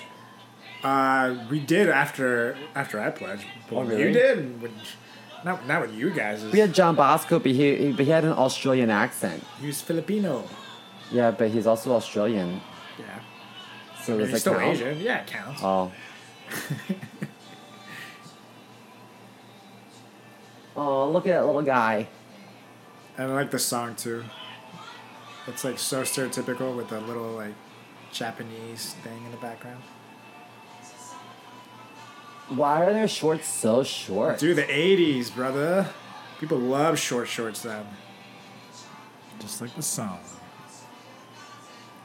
A: Uh, we did after after I pledged. Well, You
C: Oh, really?
A: did. When, not not with you guys.
C: We had John Bosco, but he, he- but he had an Australian accent.
A: he was Filipino.
C: Yeah, but he's also Australian.
A: Yeah,
C: So
A: but
C: does
A: he's
C: that
A: still
C: count?
A: Asian. Yeah, it counts. [laughs]
C: Oh. oh, look at that little guy.
A: And I like the song too. It's like so stereotypical with the little like Japanese thing in the background.
C: Why are their shorts so short?
A: Dude, the 80s, brother. People love short shorts then.
F: Just like the song.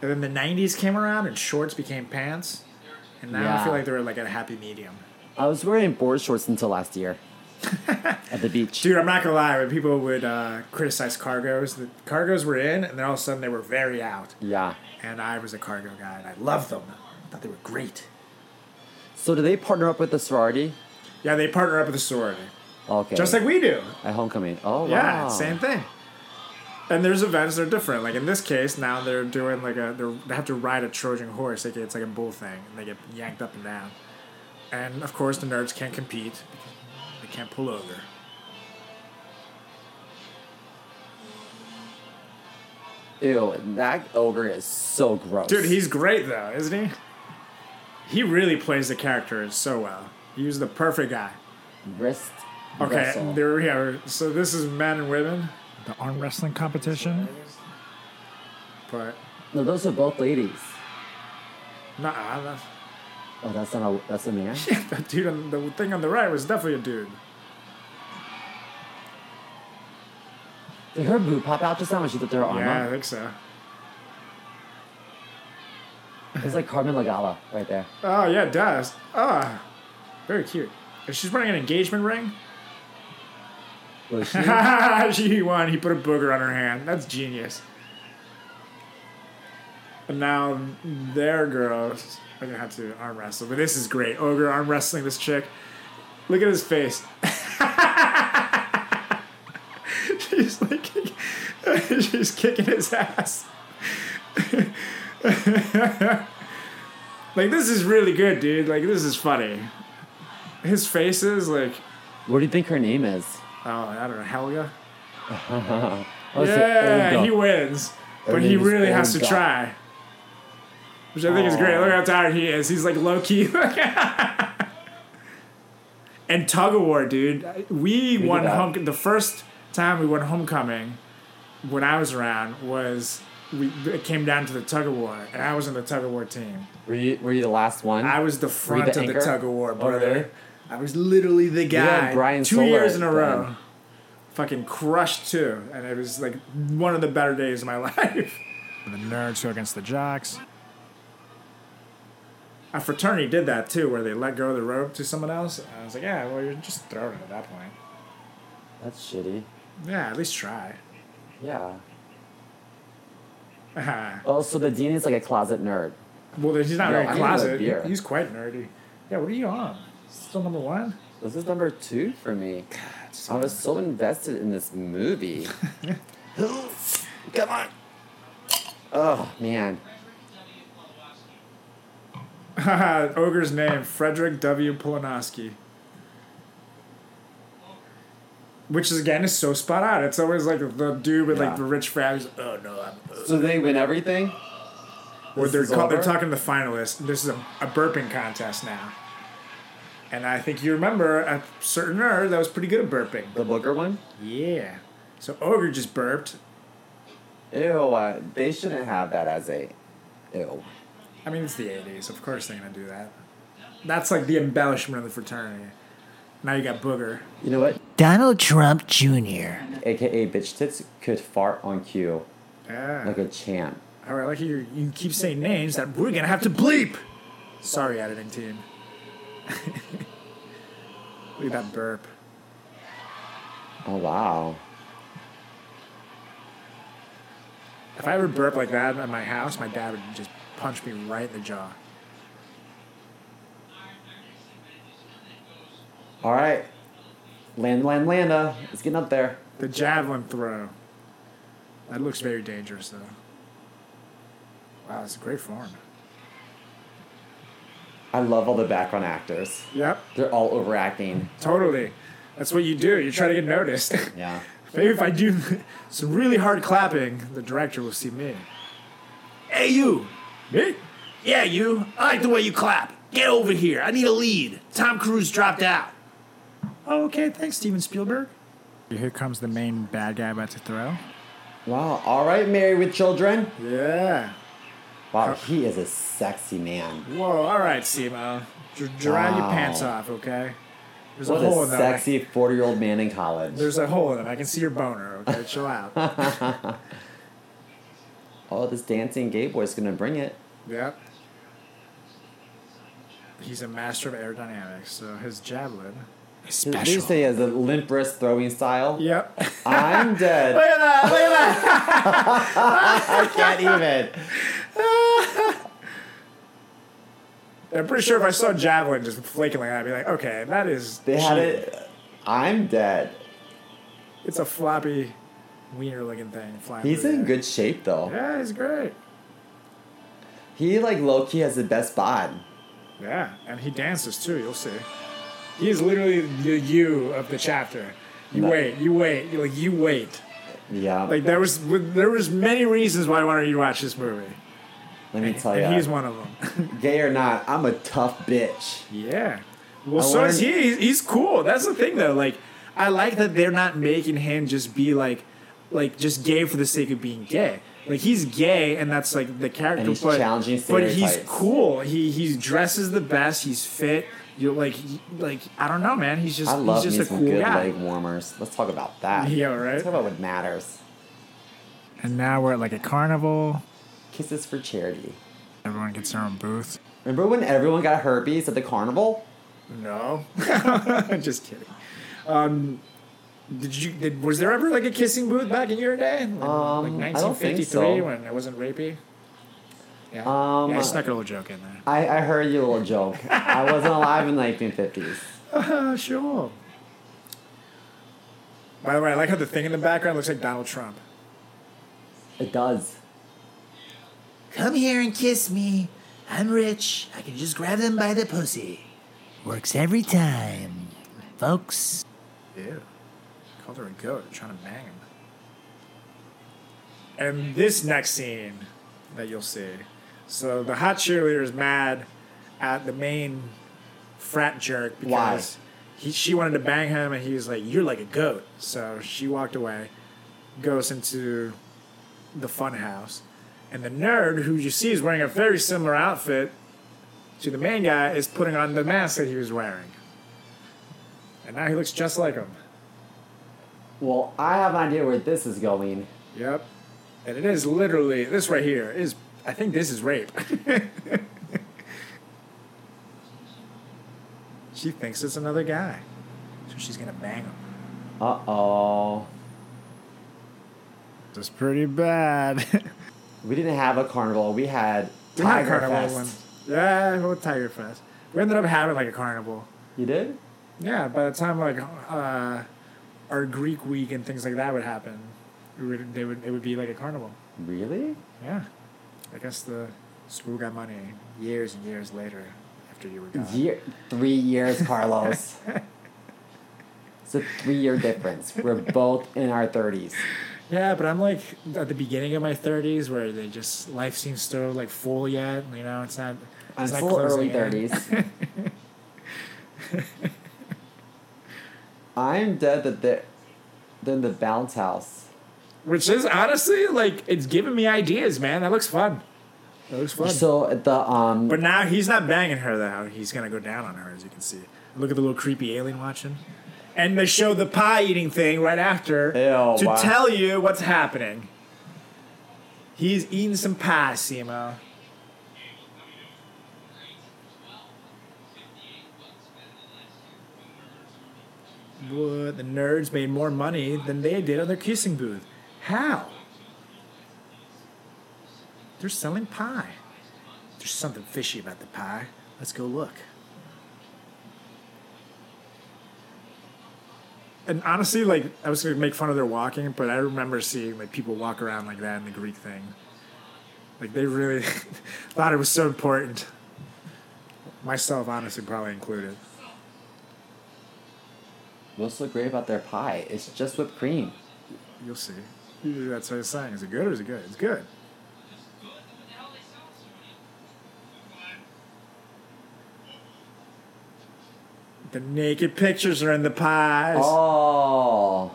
A: And then the '90s came around, and shorts became pants. And now I
C: Yeah.
A: feel like they're like at a happy medium. [laughs]
C: I was wearing board shorts until last year. at the beach.
A: Dude, I'm not gonna lie. When people would uh, criticize cargos, the cargos were in, and then all of a sudden they were very out.
C: Yeah.
A: And I was a cargo guy, and I loved them. I thought they were great.
C: So do they partner up with the sorority?
A: Yeah, they partner up with the sorority,
C: Okay.
A: just like we do.
C: at homecoming. Oh
A: Yeah,
C: wow.
A: same thing. And there's events that are different. Like in this case, now they're doing like a they're, they have to ride a Trojan horse. Like it's like a bull thing, and they get yanked up and down. And of course, the nerds can't compete. They can't pull over.
C: Ew, that ogre is so gross.
A: Dude, he's great though, isn't he? He really plays the character so well. He was the perfect guy.
C: wrist.
A: Okay,
C: wrestle.
A: there we are. So this is men and women,
F: The arm wrestling competition.
A: but
C: No, those are both ladies.
A: not nah, [laughs]
C: Oh, that's not a that's a man.
A: that's- that dude. On, the thing on the right was definitely a dude.
C: Did her boob pop out just now when she did her arm
A: Yeah, I
C: up?
A: think so.
C: It's like Carmen Lagala right there.
A: Oh yeah, it does. Ah, very cute. And she's wearing an engagement ring.
C: Was
A: [laughs]
C: she?
A: she won. He put a booger on her hand. That's genius. And now their girls are gonna have to arm wrestle. But this is great. Ogre arm wrestling this chick. Look at his face. [laughs] she's like, kick- [laughs] she's kicking his ass. [laughs] like this is really good, dude. Like this is funny. His face is like,
C: what do you think her name is?
A: oh, I don't know, Helga.
C: Oh, it's an
A: Yeah,
C: ogre.
A: he wins, but
C: And
A: he
C: he's
A: really has to
C: older.
A: try, which I think is great. Look how tired he is. He's like low key. [laughs] and tug of war, dude. We won
C: that.
A: home. The first time we won homecoming, when I was around, was we it came down to the tug of war, and I was on the tug of war team.
C: Were you were you the last one?
A: I was the front of
C: anchor?
A: the tug of war,
C: Oh,
A: brother.
C: really?
A: I was literally the guy.
C: had Brian
A: two
C: Soler
A: years in a
C: at
A: row.
C: then.
A: Fucking crushed too, and it was like one of the better days of my [laughs] life.
F: The nerds go against the jocks.
A: A fraternity did that too, where they let go of the rope to someone else. And I was like, yeah, well, you're just throwing it at that point.
C: That's shitty.
A: Yeah, at least try. [laughs]
C: Yeah.
A: well,
C: Oh, so the dean is like a closet nerd.
A: he's not
C: Yo,
A: very
C: I need a
A: closet.
C: beer.
A: He- He's quite nerdy. Yeah, what are you on? Still number one?
C: This is number two for me. I was so invested in this movie.
E: [laughs] Come on.
C: oh man.
A: [laughs] Ogre's name, Frederick W. Polanowski. Which is again is so spot on. It's always like the dude with like
C: Yeah.
A: the rich family's oh no, I'm
C: So they win everything.
A: Where they're,
C: is
A: call, they're
C: over?
A: talking to the finalists. This is a, a burping contest now. And I think you remember a certain nerd that was pretty good at burping.
C: The Booker one.
A: Yeah. So Ogre just burped.
C: Ew, uh, they shouldn't have that as a. Ew.
A: I mean, it's the 80s. Of course they're going to do that. That's like the embellishment of the fraternity. Now you got Booger.
C: You know what?
G: Donald Trump Jr.
C: AKA bitch tits could fart on cue
A: Yeah.
C: like a champ.
A: All right, like you, you keep saying names that we're gonna have to bleep. Sorry, editing team. [laughs] Look at that burp.
C: Oh wow.
A: If I ever burp like that at my house, my dad would just punch me right in the jaw.
C: All right. Land, land, landa. It's getting up there.
A: The javelin throw. That looks very dangerous, though. Wow, it's a great form.
C: I love all the background actors.
A: Yep,
C: They're all overacting.
A: totally. That's what you do. You try to get noticed. [laughs]
C: Yeah.
A: Maybe if I do [laughs] some really hard clapping, the director will see me.
E: Hey, you.
A: Me?
E: Yeah, you. I like the way you clap. Get over here. I need a lead. Tom Cruise dropped out.
A: Oh, okay, thanks, Steven Spielberg. Here comes the main bad guy about to throw.
C: Wow. All right, Married with Children.
A: Yeah.
C: Wow, he is a sexy man.
A: Whoa, all right, Simo. Dr- dry your
C: Wow.
A: pants off, okay? There's
C: What
A: a hole
C: a
A: in that. I-
C: sexy 40 year old man in college.
A: There's a hole in it. I can see your boner, okay? Chill out.
C: Oh, this dancing gay boy's gonna bring it.
A: yep. He's a master of aerodynamics, so his javelin
C: His- What do you say? Is a limp wrist throwing style?
A: Yep. Look [laughs]
C: I'm dead.
A: at that. Look at that.
C: I can't even.
A: I'm pretty sure if I saw Javelin just flaking like that, I'd be like, okay, that is.
C: They had
A: cheap.
C: it. I'm dead.
A: It's a floppy, wiener looking thing. Flying
C: He's
A: through
C: in
A: there.
C: good shape though.
A: Yeah, he's great.
C: He like low key has the best bod.
A: Yeah, and he dances too. You'll see. He is literally the you of the chapter. You
C: No.
A: wait. You wait. You like you wait.
C: Yeah.
A: Like there was there was many reasons why I wanted you to watch this movie,
C: Let me tell
A: and he's
C: you.
A: one of them.
C: Gay or not, I'm a tough bitch.
A: Yeah. Well,
C: I
A: so is
C: learned-
A: he. He's, he's cool. That's the thing, though. Like, I like that they're not making him just be like, like just gay for the sake of being gay. Like he's gay, and that's like the character.
C: And he's
A: but,
C: challenging
A: but he's
C: stereotypes.
A: cool. He he dresses the best. He's fit. You like he- like I don't know, man. He's just
C: I love
A: he's
C: me
A: just a
C: some
A: cool
C: good
A: guy.
C: leg warmers. Let's talk about that.
A: Yeah, right?
C: Let's talk about what matters.
F: And now we're at like a carnival.
C: Kisses for charity.
F: Everyone gets their own booth.
C: Remember when everyone got herpes at the carnival?
A: No, [laughs] just kidding. Um, did you did, was there ever like a kissing booth back in your day? Like,
C: Um, I don't think
A: 1953
C: so.
A: when it wasn't rapey. Yeah.
C: Um,
A: yeah, I snuck a little joke in there.
C: I, I heard you little joke. I wasn't alive in the 1950s. [laughs]
A: Uh, sure. By the way, I like how the thing in the background looks like Donald Trump.
C: It does.
G: Come here and kiss me. I'm rich. I can just grab them by the pussy. Works every time, folks.
A: Ew. Called her a goat, trying to bang him. And this next scene that you'll see. So the hot cheerleader is mad at the main frat jerk
C: Why?
A: because he, she wanted to bang him and he was like, You're like a goat. So she walked away, goes into the fun house. And the nerd, who you see is wearing a very similar outfit to the main guy, is putting on the mask that he was wearing. And now he looks just like him.
C: Well, I have an idea where this is going.
A: Yep. And it is literally this right here is I think this is rape. [laughs] she thinks it's another guy. So she's gonna bang him.
C: Uh oh.
F: It's pretty
A: [laughs]
F: bad.
C: We didn't have a carnival. We had
A: We had a
C: Tiger Fest.
A: Yeah, well Tiger Fest. We ended up having like a carnival.
C: You did?
A: Yeah, by the time like uh, our Greek week and things like that would happen, we would, they would it would be like a carnival.
C: Really?
A: Yeah. I guess the school got money years and years later after you were gone.
C: Year, three years,
A: [laughs]
C: Carlos. it's a three-year difference. We're both in our thirties.
A: Yeah, but I'm like at the beginning of my 30s where they just life seems so like full yet. You know, it's not.
C: I'm
A: it's not
C: full early
A: closing in.
C: thirties.
A: [laughs]
C: I'm dead that they're, they're in the bounce house.
A: Which is honestly like it's giving me ideas, man. That looks fun. That looks fun.
C: So at the um,
A: but now he's not banging her though. He's gonna go down on her as you can see. Look at the little creepy alien watching. And they show the pie eating thing right after
C: Ew,
A: to
C: wow.
A: tell you what's happening. He's eating some pie, Simo. What? The nerds made more money than they did on their kissing booth. How? They're selling pie. There's something fishy about the pie. Let's go look. And honestly, like I was gonna make fun of their walking, but I remember seeing like people walk around like that in the Greek thing. Like they really [laughs] thought it was so important. Myself, honestly, probably included.
C: what's so great about their pie? It's just whipped cream.
A: You'll see. That's what I was saying. Is it good or is it good? It's good. The naked pictures are in the pies.
C: Oh,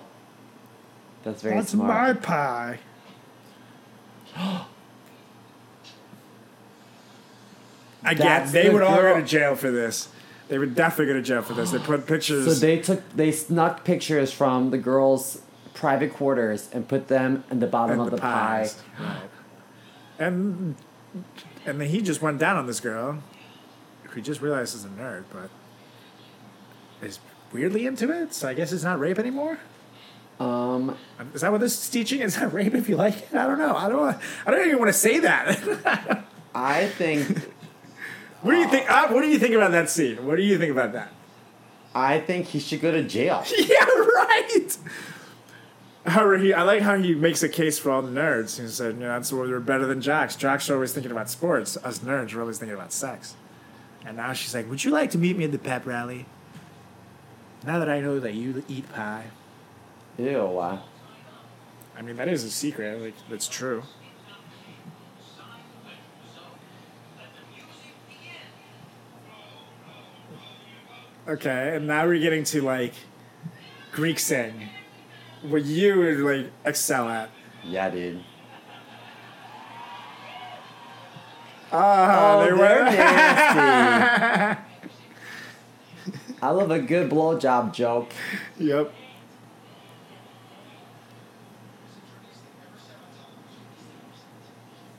C: that's very
A: That's my
C: smart.
A: pie. [gasps] I
C: That's
A: get they
C: the
A: would all go
C: girl.
A: to jail for this. They would definitely go to jail for this. They put pictures.
C: So they took they snuck pictures from the girls' private quarters and put them in the bottom
A: and
C: of the, pie.
A: pies. Right. And and then he just went down on this girl, who he just realized is a nerd, but is weirdly into it, so I guess it's not rape anymore.
C: Um,
A: Is that what this is teaching? Is that rape if you like it? I don't know. I don't. Wanna, I don't even want to say that. [laughs]
C: I think
A: what do you think? Uh, what do you think about that scene? What do you think about that?
C: I think he should go to jail.
A: [laughs] Yeah, right. However, he, I like how he makes a case for all the nerds. He said, you know, that's why we're better than jocks. Jocks are always thinking about sports. Us nerds are always thinking about sex. And now she's like, would you like to meet me at the pep rally? Now that I know that you eat pie.
C: Ew. uh,
A: I mean, that is a secret. Like, that's true. Okay, and now we're getting to like Greek sing, what you would like excel at.
C: Yeah, dude.
A: Ah, there [laughs]
C: Oh, They're
A: were.
C: nasty. I love a good blowjob joke.
A: Yep.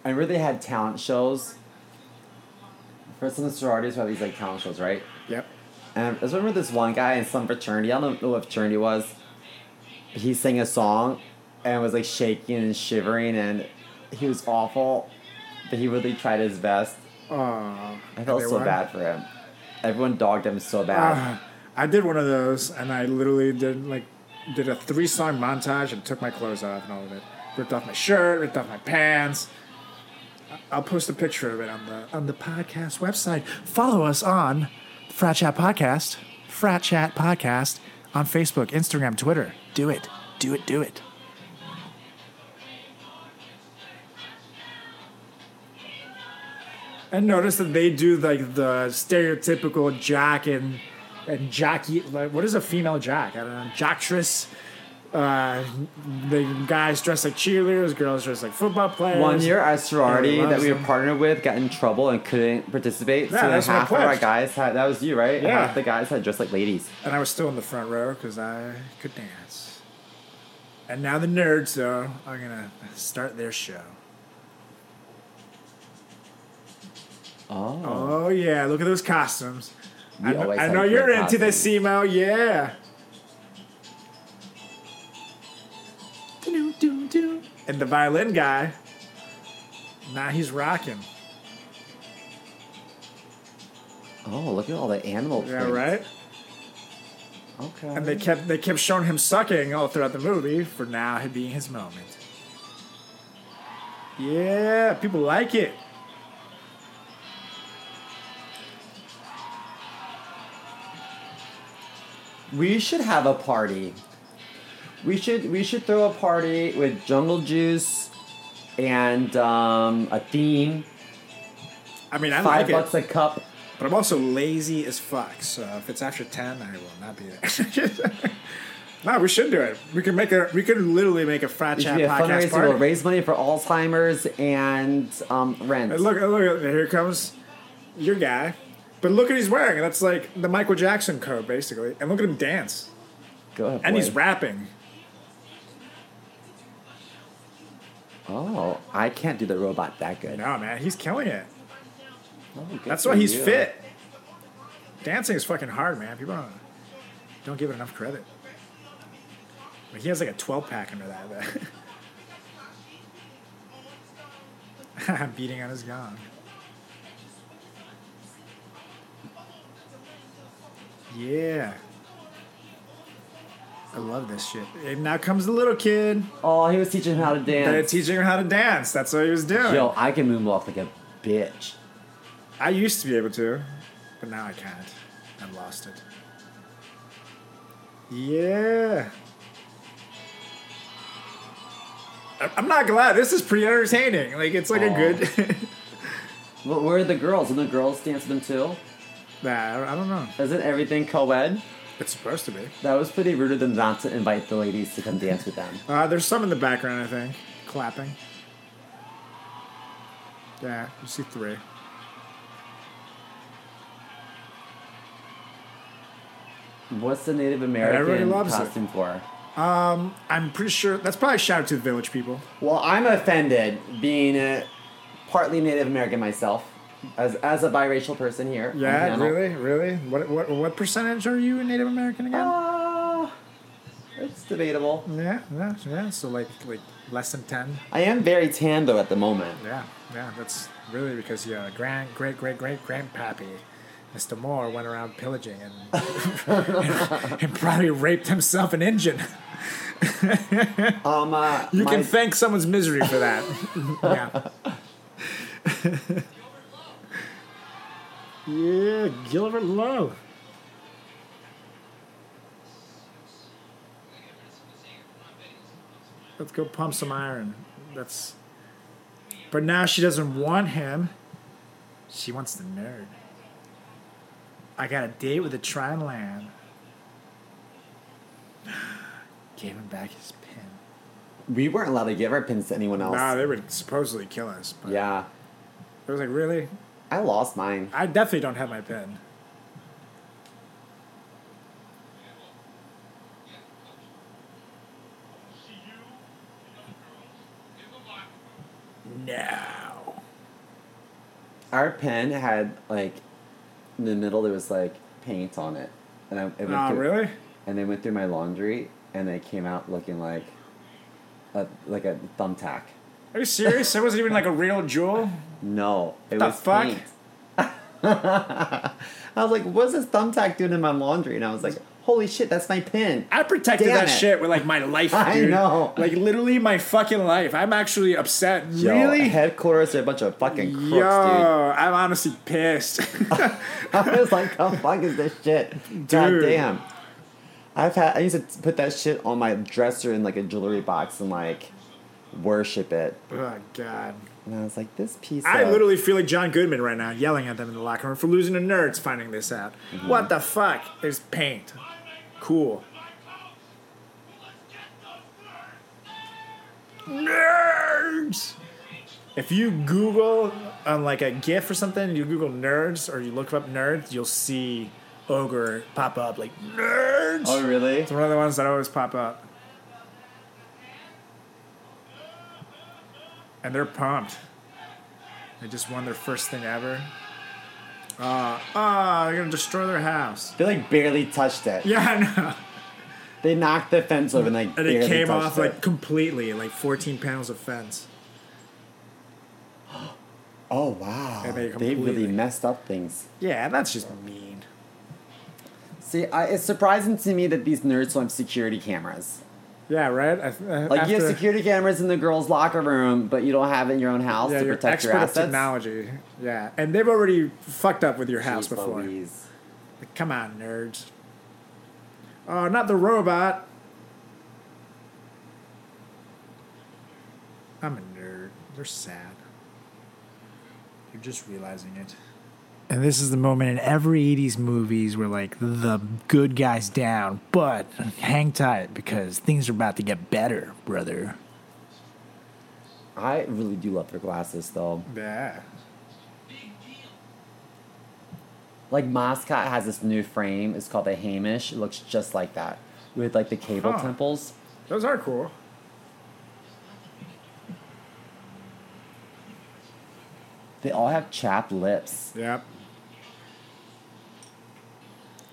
C: I remember they had talent shows. First in the sororities have these like talent shows, right?
A: Yep.
C: And I just remember this one guy in some fraternity. I don't know what fraternity it was. But he sang a song and was like shaking and shivering, and he was awful. But he really tried his best.
A: Oh.
C: I felt
A: They
C: so
A: won?
C: bad for him. Everyone dogged him so
A: Ah,
C: bad.
A: I did one of those, and I literally did like did a three song montage and took my clothes off and all of it. Ripped off my shirt, ripped off my pants. I- I'll post a picture of it on the on the podcast website. Follow us on Frat Chat Podcast, Frat Chat Podcast on Facebook, Instagram, Twitter. Do it, do it, do it. And notice that they do like the stereotypical jock and and jockey. Like, what is a female jock? I don't know. Jockstress. Uh, the guys dressed like cheerleaders, girls dressed like football players.
C: One year, our sorority
A: Everyone
C: that
A: loves
C: we were
A: them.
C: partnered with got in trouble and couldn't participate.
A: Yeah,
C: so
A: that's my
C: half of our
A: pledge.
C: guys had, that was you, right?
A: Yeah.
C: Half the guys had dressed like ladies.
A: and I was still in the front row because I could dance. And now the nerds, though, are gonna start their show.
C: Oh.
A: Oh yeah, look at those costumes. I
C: We
A: know,
C: always
A: I
C: had
A: know
C: great
A: you're into this,
C: costumes.
A: Emo. Yeah. And the violin guy. Now he's rocking.
C: Oh, look at all the animal
A: Yeah,
C: prints.
A: right.
C: Okay.
A: And they kept they kept showing him sucking all throughout the movie. For now, it being his moment. Yeah, people like it.
C: We should have a party. We should we should throw a party with jungle juice and um, a theme.
A: I mean, I
C: Five
A: like it.
C: bucks a cup.
A: But I'm also lazy as fuck, so if it's after ten, I will not be
C: [laughs]
A: there. no, we should do it. We can make a. We could literally make a frat
C: It should
A: chat
C: be a
A: podcast
C: fundraiser. We'll
A: party.
C: raise money for Alzheimer's and um, rent.
A: Hey, Look! Look! Here comes your guy. But look at he's wearing. That's like the Michael Jackson coat, basically. And look at him dance.
C: Go ahead,
A: And he's
C: boy.
A: rapping.
C: Oh, I can't do the robot that good.
A: No, man, he's killing it.
C: Oh, good
A: That's
C: for
A: why he's
C: you.
A: fit. Dancing is fucking hard, man. People don't, don't give it enough credit. But he has like a 12 pack under that. [laughs] Beating on his gong. Yeah. I love this shit. And now comes the little kid.
C: Oh, he was teaching him how to
A: They're
C: dance.
A: teaching him how to dance. That's what he was doing.
C: Yo, I can moonwalk like a bitch.
A: I used to be able to, but now I can't. I've lost it. Yeah. I- I'm not glad. This is pretty entertaining. Like it's like a
C: Aw.
A: good.
C: Well, where are the girls? And the girls dance with them too.
A: [laughs] nah, I I don't know.
C: Isn't everything co-ed?
A: It's supposed to be.
C: That was pretty rude of them not to invite the ladies to come dance with them.
A: Uh, there's some in the background, I think, clapping. Yeah, you see three.
C: What's the Native American
A: loves it.
C: costume for?
A: I'm pretty sure that's probably shout out to the
C: Oh,
A: village people.
C: Well, I'm offended being uh, partly Native American myself. as as a biracial person here. on
A: Yeah,
C: panel.
A: really, really. What what what percentage are you Native American again?
C: Uh, it's debatable.
A: yeah, yeah, yeah. So like like less than ten.
C: I am very tan though at the moment.
A: Yeah, yeah. That's really because your grand great great great grandpappy, Mr. Moore, went around pillaging and [laughs] and, probably raped himself an engine.
C: Um, uh,
A: You
C: my-
A: can thank someone's misery for [laughs] that. yeah. yeah, Gilbert Lowe. Let's go pump some iron. That's. But now she doesn't want him. She wants the nerd. I got a date with a Tron Land. [sighs] Gave him back his pin.
C: we weren't allowed to give our pins to anyone else.
A: Nah, they would supposedly kill us. But
C: yeah,
A: I was like, really?
C: I lost mine.
A: I definitely don't have my pen. No.
C: Our pen had like in the middle there was like paint on it, and I it went
A: Oh,
C: through,
A: really?
C: And they went through my laundry, and they came out looking like a like a thumbtack.
A: Are you serious? That wasn't even like a real jewel?
C: No, it
A: The
C: was
A: fuck?
C: paint. [laughs] I was like, "What's this thumbtack doing in my laundry?" And I was like, "Holy shit, that's my pin!"
A: I protected
C: Damn
A: that
C: it.
A: shit with like my life, dude.
C: [laughs] I know.
A: Like literally my fucking life. I'm actually upset.
C: Yo,
A: really?
C: Headquarters are a bunch of fucking crooks,
A: Yo, I'm honestly pissed. [laughs]
C: dude. [laughs] I was like, "The fuck is this shit?" God damn. I've had I used to put that shit on my dresser in like a jewelry box and like worship it.
A: oh god.
C: And I was like, "This piece."
A: I
C: of-
A: literally feel like John Goodman right now, yelling at them in the locker room for losing to nerds finding this out. What the fuck? There's paint. Cool. Nerds! If you Google on like a GIF or something, you Google nerds or you look up nerds, you'll see ogre pop up like nerds.
C: Oh
A: [laughs]
C: really?
A: It's one of the ones that always pop up. And they're pumped. They just won their first thing ever. Uh, ah, they're gonna destroy their house. [laughs]
C: They like barely touched it.
A: Yeah, I know.
C: They knocked the fence over and like
A: And
C: barely
A: it came
C: touched
A: off
C: it.
A: like completely, like 14 panels of fence.
C: Oh wow!
A: And they
C: they
A: completely-
C: really messed up things.
A: Yeah, that's just mean.
C: See, I, it's surprising to me that these nerds don't have security cameras.
A: Yeah, right? I, I,
C: Like
A: after-
C: you have security cameras in the girls' locker room, but you don't have it in your own house
A: yeah,
C: to
A: you're
C: protect
A: expert
C: your
A: of
C: assets.
A: technology. Yeah, and they've already fucked up with your house
C: Jeez
A: before.
C: Louise.
A: Like, come on, nerds. Oh, not the robot. I'm a nerd. They're sad. You're just realizing it. And this is the moment in every 80s movies where, like, the good guy's down, but hang tight because things are about to get better, brother.
C: I really do love their glasses, though.
A: Yeah.
C: Like Mascot has this new frame. It's called the Hamish. It looks just like that with like the cable
A: Huh.
C: temples.
A: Those are cool.
C: They all have chapped lips.
A: Yep.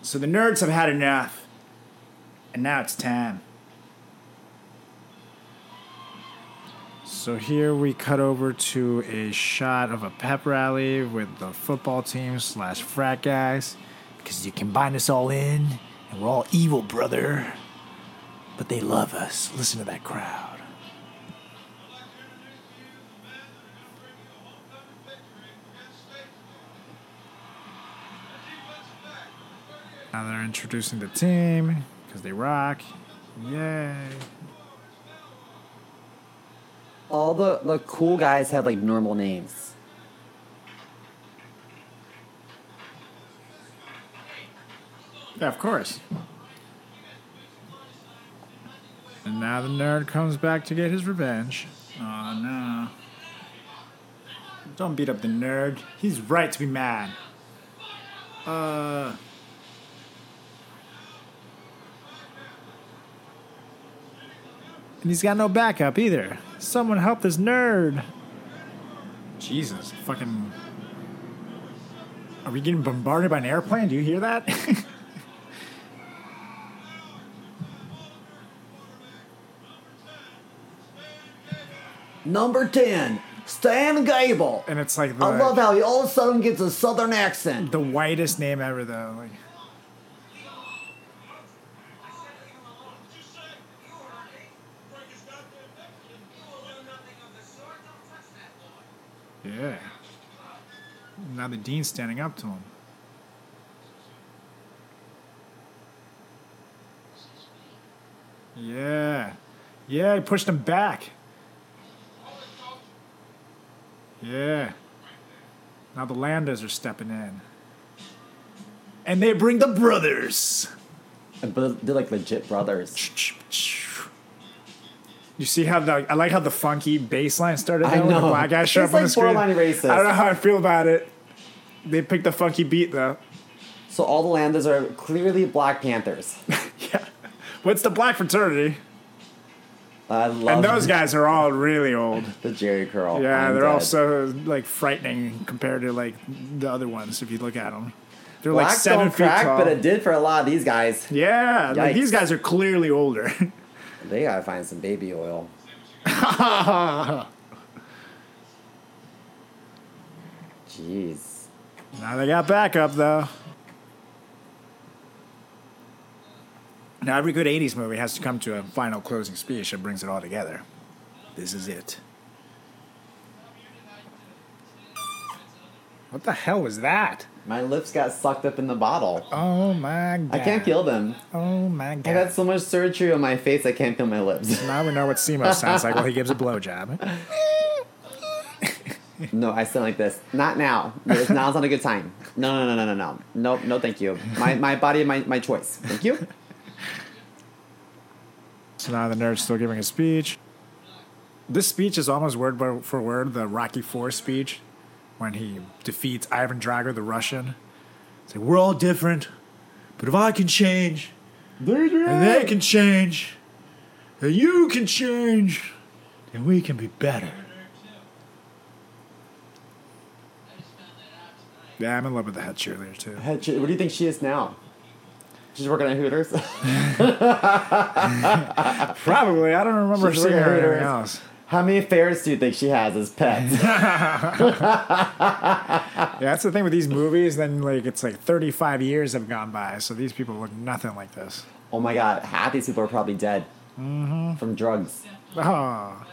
A: So the nerds have had enough. And now it's time. So here we cut over to a shot of a pep rally with the football team slash frat guys. Because you combine us all in, and we're all evil, brother. But they love us. Listen to that crowd. Now they're introducing the team because they rock. Yay.
C: All the the cool guys have like normal names.
A: Yeah, of course. And now the nerd comes back to get his revenge. Oh no. Don't beat up the nerd. He's right to be mad. Uh And he's got no backup either. Someone help this nerd. Jesus, fucking Are we getting bombarded by an airplane? Do you hear that? [laughs]
C: Number 10, Stan Gable.
A: and it's like the,
C: I love how he all of a sudden gets a southern accent.
A: the whitest name ever, though. Like, yeah. Now the dean's standing up to him. Yeah. Yeah, he pushed him back. Yeah. Now the Landas are stepping in. And they bring the brothers.
C: But they're like legit brothers.
A: You see how the I like how the funky bass line started
C: I
A: out when the
C: know.
A: black guy showed up on
C: It's like
A: the screen.
C: borderline racist.
A: I don't know how I feel about it. They picked the funky beat though.
C: So all the Landers are clearly Black Panthers.
A: Yeah. What's the black fraternity?
C: I love
A: And those guys are all really old.
C: the Jerry curl.
A: Yeah,
C: I'm
A: they're
C: dead.
A: all so like frightening compared to like the other ones if you look at them. They're
C: Black
A: like 7
C: don't
A: feet
C: crack,
A: tall.
C: but it did for a lot of these guys.
A: yeah, like
C: Yikes.
A: these guys are clearly
C: [laughs]
A: older. [laughs]
C: They gotta find some baby oil. Jeez.
A: Now they got backup though. Now every good '80s movie has to come to a final closing speech that brings it all together. This is it. What the hell was that?
C: My lips got sucked up in the bottle.
A: Oh my god!
C: I can't feel them.
A: Oh my
C: I
A: god!
C: got so much surgery on my face, I can't feel my
A: [laughs]
C: lips.
A: Now we know what Simo sounds like while he gives a blowjob.
C: no, I sound like this. Not now. Now's not a good time. No, no, no, no, no, no. Nope, no, thank you. My, my body, my, my choice. Thank you.
A: So now the nerd's still giving a speech. This speech is almost word by- for word the Rocky Four speech when he defeats Ivan Drago, the Russian. It's like, we're all different, but if I can change, and they can change, and you can change, then we can be better. Yeah, I'm in love with the head cheerleader too.
C: What do you think she is now? She's working at
A: [laughs]
C: Hooters. [laughs]
A: Probably, I don't remember
C: She's
A: seeing her
C: really
A: anywhere
C: nice.
A: else.
C: How many ferrets do you think she has as pets?
A: Yeah, that's the thing with these movies. Then like it's like 35 years have gone by, so these people look nothing like this.
C: oh my god, half these people are probably dead from drugs.
A: Oh.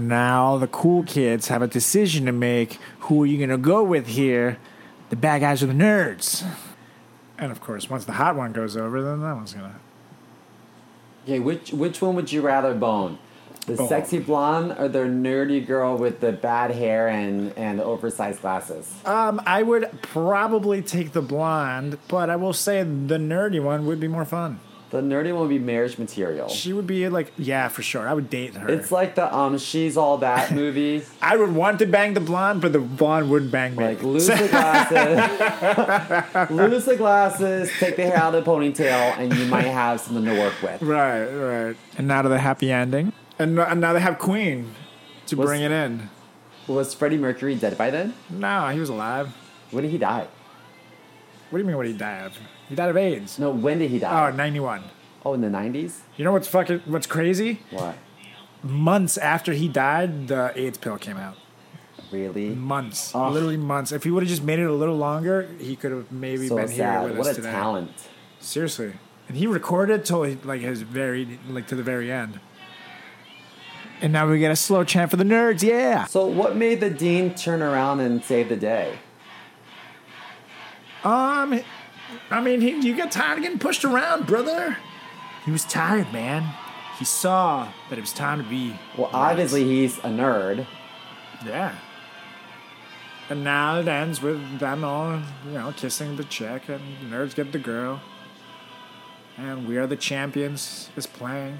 A: Now the cool kids have a decision to make. Who are you gonna go with here? The bad guys or the nerds? And of course, once the hot one goes over, then that one's gonna.
C: Okay, which which one would you rather bone? The
A: Oh.
C: sexy blonde or the nerdy girl with the bad hair and, and the oversized glasses?
A: Um, I would probably take the blonde, but I will say the nerdy one would be more fun.
C: The nerdy one would be marriage material.
A: She would be like, yeah, for sure. I would date her.
C: It's like the um she's all that movie.
A: I would want to bang the blonde, but the blonde wouldn't bang me.
C: Like lose the glasses, lose the glasses, take the hair out of the ponytail, and you might have something to work with.
A: right, right. And now to the happy ending. And, and now they have Queen to
C: Was-
A: bring it in.
C: Was Freddie Mercury dead by then?
A: No, he was alive.
C: When did he die?
A: What do you mean what he died of? He died of AIDS.
C: No, when did he
A: Oh,
C: die?
A: 91.
C: Oh, in the nineties.
A: You know what's fucking what's crazy?
C: What?
A: Months after he died, the AIDS pill came out.
C: Really?
A: Months,
C: Ugh.
A: literally months. If he would have just made it a little longer, he could have maybe
C: So
A: been here
C: sad.
A: with
C: What
A: us
C: a
A: today.
C: talent.
A: Seriously, and he recorded till he, like his very like to the very end. And now we get a slow chant for the nerds. Yeah.
C: So what made the dean turn around and save the day?
A: Um, I mean, he, you got tired of getting pushed around, brother. He was tired, man. He saw that it was time to be.
C: Well, obviously he's a nerd.
A: Yeah. And now it ends with them all, you know, kissing the chick, and nerds get the girl. And we are the champions is playing.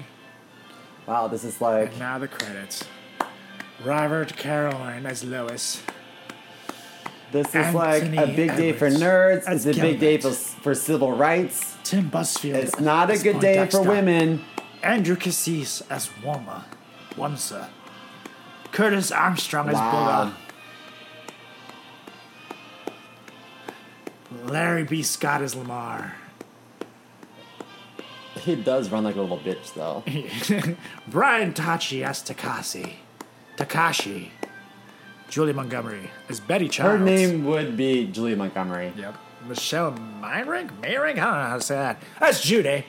C: Wow, this is like
A: Now the credits. Robert Caroline as Lois.
C: this is like a
A: Anthony
C: big day for
A: Edwards.
C: nerds.
A: That's
C: It's a big day for
A: Gilbert.
C: for civil rights.
A: Tim Busfield.
C: It's not a
A: as
C: good day for
A: Poindexter.
C: women.
A: Andrew Cassis as Woma. Wonsa. Curtis Armstrong as
C: Wow.
A: Bulla. Larry B. Scott is Lamar. [laughs]
C: He does run like a little bitch, though.
A: Brian Tachi as Takashi. Takashi. Julie Montgomery as Betty
C: Her
A: Childs.
C: name would be Julia Montgomery.
A: Yep. Michelle Myrick? Myrick? I don't know how to say that. That's Judy.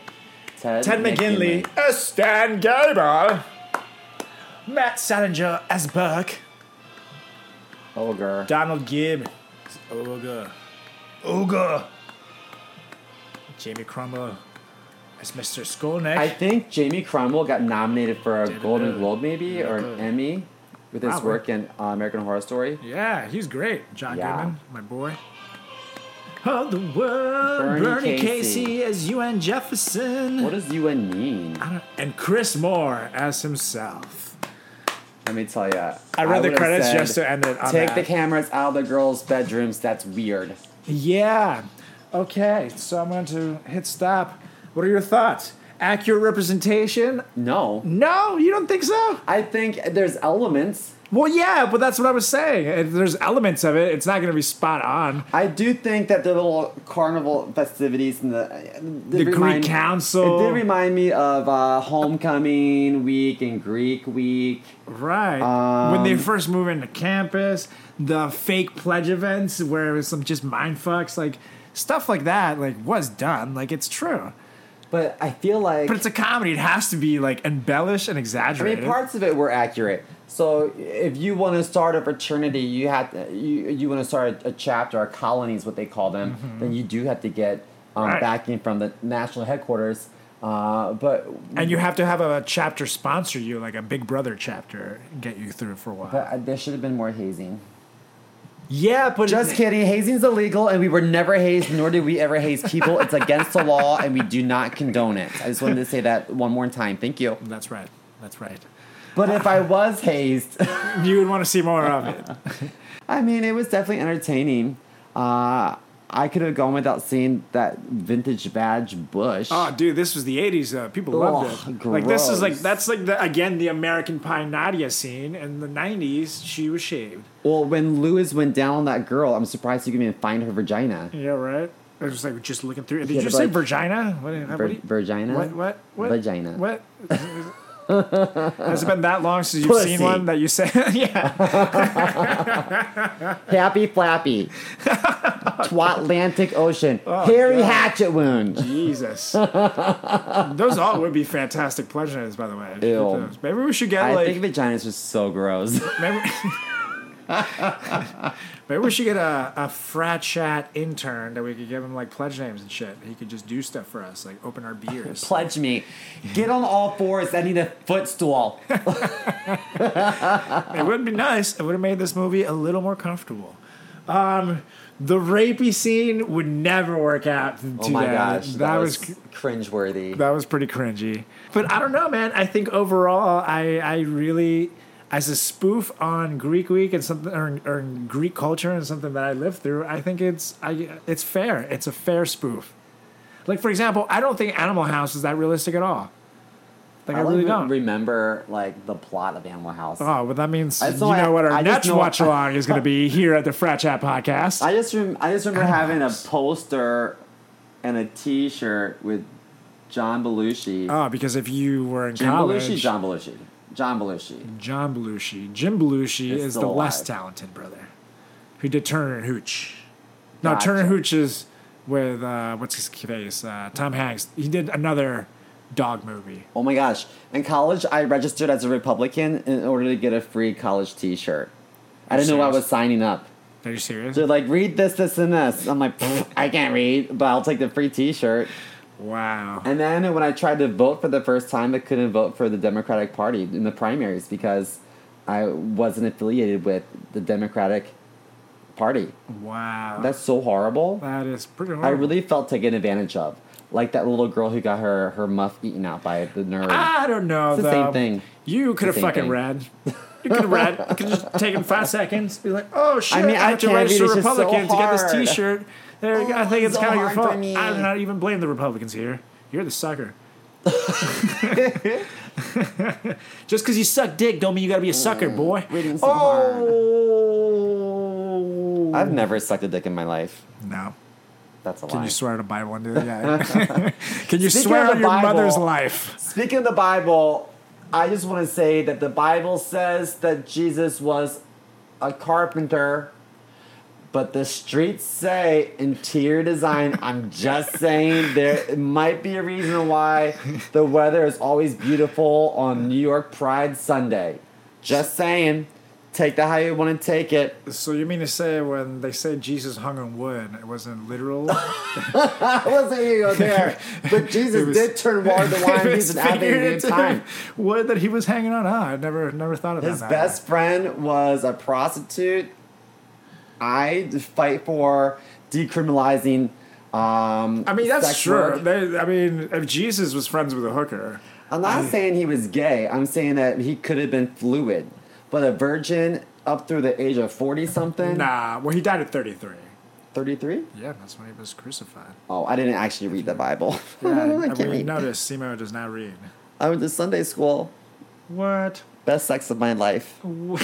C: Ted,
A: Ted McGinley as Stan Gaber. Matt Salinger as Burke.
C: Ogre.
A: Donald Gibb as Ogre. Ogre. Jamie Cromwell as Mr. Skolnick.
C: I think Jamie Cromwell got nominated for a Golden
A: uh,
C: Globe, maybe, or an
A: uh,
C: Emmy with his
A: probably.
C: work in uh, American Horror Story.
A: yeah, he's great. John
C: Yeah.
A: Goodman, my boy. Oh, the world.
C: Bernie
A: Bernie,
C: Casey.
A: Casey. as UN Jefferson.
C: What does UN mean?
A: And Chris Moore as himself.
C: Let me tell you. I
A: read the
C: would've
A: credits
C: said,
A: just to end it on
C: Take
A: that."
C: the cameras out of the girls' bedrooms. That's weird.
A: Yeah. Okay, so I'm going to hit stop. What are your thoughts? Accurate representation?
C: No.
A: No, you don't think so?
C: I think there's elements.
A: Well, yeah, but that's what I was saying. If there's elements of it, it's not going to be spot on.
C: I do think that the little carnival festivities and the uh,
A: The Greek council.
C: It did remind me of uh, homecoming week and Greek week.
A: Right. when
C: Um,
A: they first move into campus, the fake pledge events where it was some just mind fucks, like stuff like that, like was done. Like it's true.
C: But I feel like
A: But it's a comedy. It has to be like embellished and
C: I
A: exaggerated.
C: mean, parts of it were accurate. So if you want to start a fraternity, you have to, you you want to start a, a chapter, a colony is what they call them. Then you do have to get um,
A: Right.
C: backing from the national headquarters. Uh, but
A: and you have to have a chapter sponsor you, like a Big Brother chapter, get you through for a while.
C: but there should have been more hazing.
A: yeah, but
C: Just kidding. Hazing's illegal, and we were never hazed, nor did we ever haze people. It's against the law, and we do not condone it. I just wanted to say that one more time. Thank you.
A: That's right. That's right.
C: But if I was hazed,
A: You would want to see more of
C: [laughs]
A: it.
C: I mean, it was definitely entertaining. Uh, I could have gone without seeing that vintage badge bush.
A: Oh, dude, this was the '80s. Uh, people loved it.
C: Ugh,
A: Like this is like
C: gross.
A: that's like the, again the American Pie Nadia scene in the '90s. She was shaved.
C: well, when Lewis went down on that girl, I'm surprised you could even find her vagina.
A: Yeah, right. I was like just looking through. Did
C: Yeah,
A: you
C: but
A: say
C: like-
A: vagina? What, how- what,
C: Vir-
A: do you-
C: vagina?
A: what? What? What?
C: Vagina. [laughs]
A: What? Has it been that long since you've
C: Pussy.
A: seen one that you said? [laughs] yeah. [laughs]
C: Happy Flappy. Twatlantic Ocean.
A: Oh,
C: Hairy hatchet wound. [laughs]
A: Jesus. Those all would be fantastic pleasures, by the way.
C: Ew.
A: Maybe we should get
C: I
A: like
C: think vaginas are so gross. [laughs]
A: Maybe, [laughs] maybe we should get a, a frat chat intern that we could give him like pledge names and shit. He could just do stuff for us, like open our beers.
C: Pledge me. Get on all fours. I need a
A: [laughs]
C: footstool.
A: it would be nice. It would have made this movie a little more comfortable. Um, the rapey scene would never work out.
C: Oh my gosh.
A: that,
C: That,
A: was.
C: was, cringeworthy.
A: that was pretty cringy, but I don't know, man. I think overall, I I really, as a spoof on Greek week and something or, or Greek culture and something that I lived through, I think it's I it's fair. It's a fair spoof. Like for example, I don't think Animal House is that realistic at all. Like I,
C: don't
A: really
C: even
A: don't.
C: remember like the plot of Animal House.
A: Oh, well, that means
C: I-
A: you
C: so I-
A: know what our
C: I just
A: next
C: know-
A: watch along is going to
C: [laughs]
A: be here at the Frat Chat Podcast.
C: I just rem- I just remember having a poster and a T-shirt with John Belushi.
A: oh, because if you were in
C: Jim
A: college,
C: Belushi, John Belushi, John Belushi.
A: John Belushi. Jim Belushi
C: Is
A: is the
C: still
A: less
C: alive.
A: talented brother, who did Turner and Hooch. No,
C: Gotcha.
A: Turner and Hooch is with uh, what's his face? Uh, Tom Hanks. He did another dog movie.
C: Oh my gosh! In college, I registered as a Republican in order to get a free college T-shirt. I didn't know I
A: serious?
C: was signing up.
A: Are you serious?
C: They're like, read this, this, and this. I'm like, "Pfft, I can't read, but I'll take the free T-shirt.
A: Wow.
C: And then when I tried to vote for the first time, I couldn't vote for the Democratic Party in the primaries because I wasn't affiliated with the Democratic Party.
A: Wow. That's
C: That's so horrible.
A: that is pretty. Horrible.
C: I really felt taken advantage of. Like that little girl who got her, her muff eaten out by the nerd.
A: I don't know.
C: It's the
A: though.
C: same thing.
A: You could have
C: same
A: fucking
C: thing.
A: read. You could have read.
C: [laughs]
A: You could have just taken five seconds. Be like, oh shit! I,
C: mean, I
A: have to
C: can't read,
A: register
C: it's just so
A: Republican to get this
C: hard." Oh,
A: T-shirt. There you go. I think it's
C: so
A: kind of your
C: hard for
A: fault.
C: me.
A: I'm not even blaming the Republicans here. You're the sucker. [laughs] just because you suck dick don't mean you got to be a sucker,
C: Mm.
A: boy.
C: Reading so hard.
A: oh
C: I've never sucked a dick in my life.
A: no,
C: That's a
A: Can
C: lie.
A: you swear on a Bible and do that?
C: [laughs]
A: Yeah. Can you
C: Speaking
A: swear
C: of the
A: on your
C: Bible-
A: mother's life?
C: Speaking of the Bible, I just want to say that the Bible says that Jesus was a carpenter, but the streets say interior design. I'm just saying there it might be a reason why the weather is always beautiful on New York Pride Sunday. Just saying. Take that how you want to take it.
A: So you mean to say when they say Jesus hung on wood, it wasn't
C: [laughs]
A: literal?
C: I wasn't even go there, [laughs] but Jesus
A: was-
C: did turn water to
A: [laughs]
C: wine. He's an avid time.
A: wood that he was hanging on. Ah, I never, never thought of
C: His
A: that.
C: best friend was a prostitute. I fight for decriminalizing. Um,
A: I mean, that's
C: sex
A: sure.
C: work.
A: They, I mean, if Jesus was friends with a hooker,
C: I'm not saying he was gay. I'm saying that he could have been fluid, but a virgin up through the age of forty something,
A: nah. Well, he died at 33.
C: thirty-three.
A: Yeah, that's when he was crucified.
C: Oh, I didn't actually read the Bible.
A: Yeah,
C: [laughs] I
A: and
C: can't
A: we
C: read.
A: noticed Simo does not read.
C: I went to Sunday school.
A: What?
C: Best sex of
A: [laughs]
C: my life. [laughs]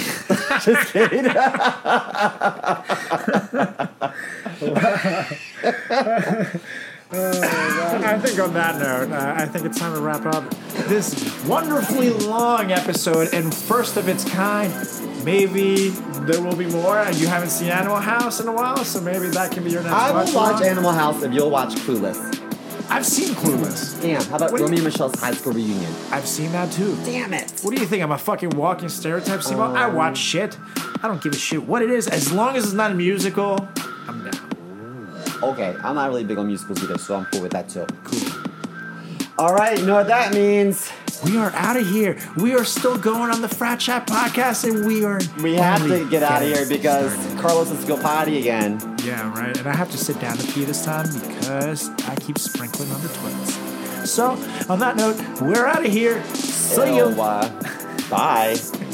C: Just kidding.
A: I think on that note, uh, I think it's time to wrap up this wonderfully long episode and first of its kind. Maybe there will be more, and you haven't seen Animal House in a while, so maybe that can be your next
C: I will
A: watch
C: watch
A: along.
C: Animal House if you'll watch Clueless.
A: I've seen Clueless.
C: Damn, how about
A: Wait.
C: Romeo and Michelle's high school reunion?
A: I've seen that too.
C: Damn it.
A: What do you think? I'm a fucking walking stereotype, Simo. I watch shit. I don't give a shit what it is. As long as it's not a musical, I'm down.
C: Okay, I'm not really big on musicals either, so I'm cool with that too. Cool. All right, you know what that means?
A: We are out of here. We are still going on the Frat Chat podcast, and we are.
C: We have
A: only
C: to get out of here
A: getting
C: because
A: started.
C: Carlos has to go potty again.
A: Yeah, right. And I have to sit down to pee this time because I keep sprinkling on the toilets. So, on that note, we're out of here. See
C: So,
A: you.
C: uh, bye.